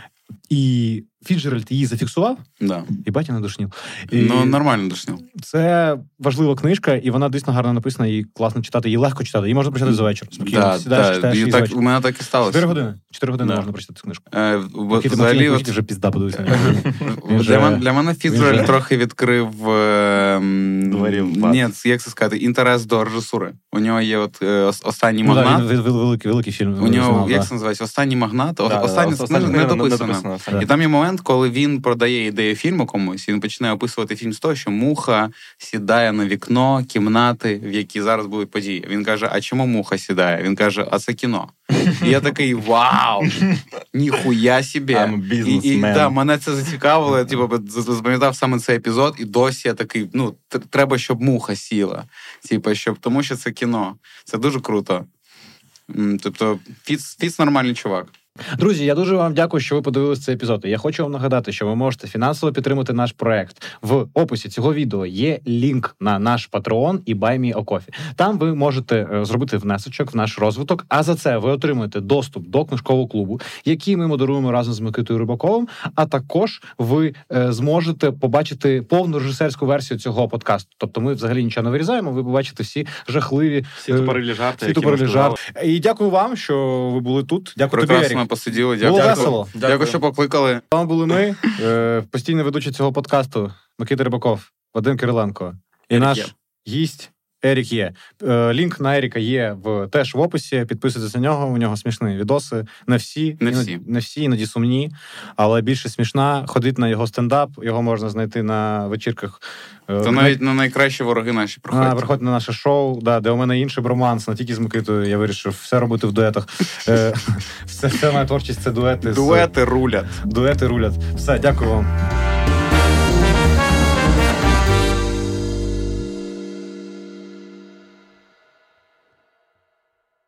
A: і Фіджеральд її зафіксував,
B: Да.
A: і батя надушнів. І
B: Ну, нормально дошнів.
A: це важлива книжка, і вона дійсно гарно написана, і класно читати, її легко читати. Її можна прочитати за вечір. Спокійно
B: Да,
A: сідаєш,
B: да.
A: читаєш
B: І
A: її за
B: так,
A: вечір.
B: у мене так і
A: Чотири
B: сталося.
A: години. Чотири години
C: Да.
A: можна прочитати цю книжку.
B: Е, в-
A: Микита
B: Взагалі,
A: Матвієнко
B: от-
A: вже пізда подивився. на
B: Е,
A: неї. Він же-
B: Для мене, для мене Фіцджеральд
A: же-
B: трохи відкрив е, м,
C: Дворів бат.
B: ні, це, як це сказати, інтерес до режисури. У нього є от е, ос- останній
A: Ну, да,
B: магнат.
A: він вел- вел- великий, великий фільм.
B: У нього
A: знав,
B: як
A: да.
B: це називається? Останній магнат. О-
C: Да, да,
B: Остання
C: да,
B: книга
C: остання
B: не
C: книга
B: дописана.
C: недописана.
B: І там є момент, коли він продає ідею фільму комусь, і він починає описувати фільм з того, що муха сідає на вікно кімнати, в якій зараз будуть події. Він каже: А чому муха сідає? Він каже, а це кіно. І я такий вау! Ніхуя собі.
C: I'm a
B: І, і
C: businessman.
B: да, мене це зацікавило. Я типу, з- з- запам'ятав саме цей епізод, і досі я такий: ну, тр- треба, щоб муха сіла. Типу, щоб тому що це кіно. Це дуже круто. М, Тобто, Фіц, Фіц нормальний чувак.
A: Друзі, я дуже вам дякую, що ви подивилися цей епізод. І Я хочу вам нагадати, що ви можете фінансово підтримати наш проект. В описі цього відео є лінк на наш Patreon і Buy Me a Coffee. Там ви можете е, зробити внесочок в наш розвиток. А за це ви отримуєте доступ до книжкового клубу, який ми модеруємо разом з Микитою Рибаковим. А також ви е, зможете побачити повну режисерську версію цього подкасту. Тобто, ми взагалі нічого не вирізаємо. Ви побачите всі жахливі
C: Всі тупорилі жарти,
A: всі
C: які
A: тупорилі
C: ми сказали.
A: жарти. І дякую вам, що ви були тут. Дякую тобі,
B: Прекрасно
A: Ерік.
B: посиділи.
A: Було
B: Дякую.
A: весело.
B: Дякую, що покликали.
A: З вами були ми, е, постійний ведучий цього подкасту Микита Рибаков, Вадим Кириленко і наш
B: Є.
A: гість Ерік є. Е, лінк на Еріка є в теж в описі. Підписуйтесь на нього. У нього смішні відоси. Не всі,
B: Не
A: іноді-
B: всі.
A: не всі, іноді сумні, але більше смішна. Ходіть на його стендап. Його можна знайти на вечірках. е,
B: То навіть на найкращі вороги наші
A: а,
B: проходять.
A: приходь на наше шоу, да, де у мене інший броманс, не тільки з Микитою. Я вирішив все робити в дуетах. Е, все, все моя творчість це дуети. з-
B: Дуети рулять.
A: дуети рулять. Все, дякую вам.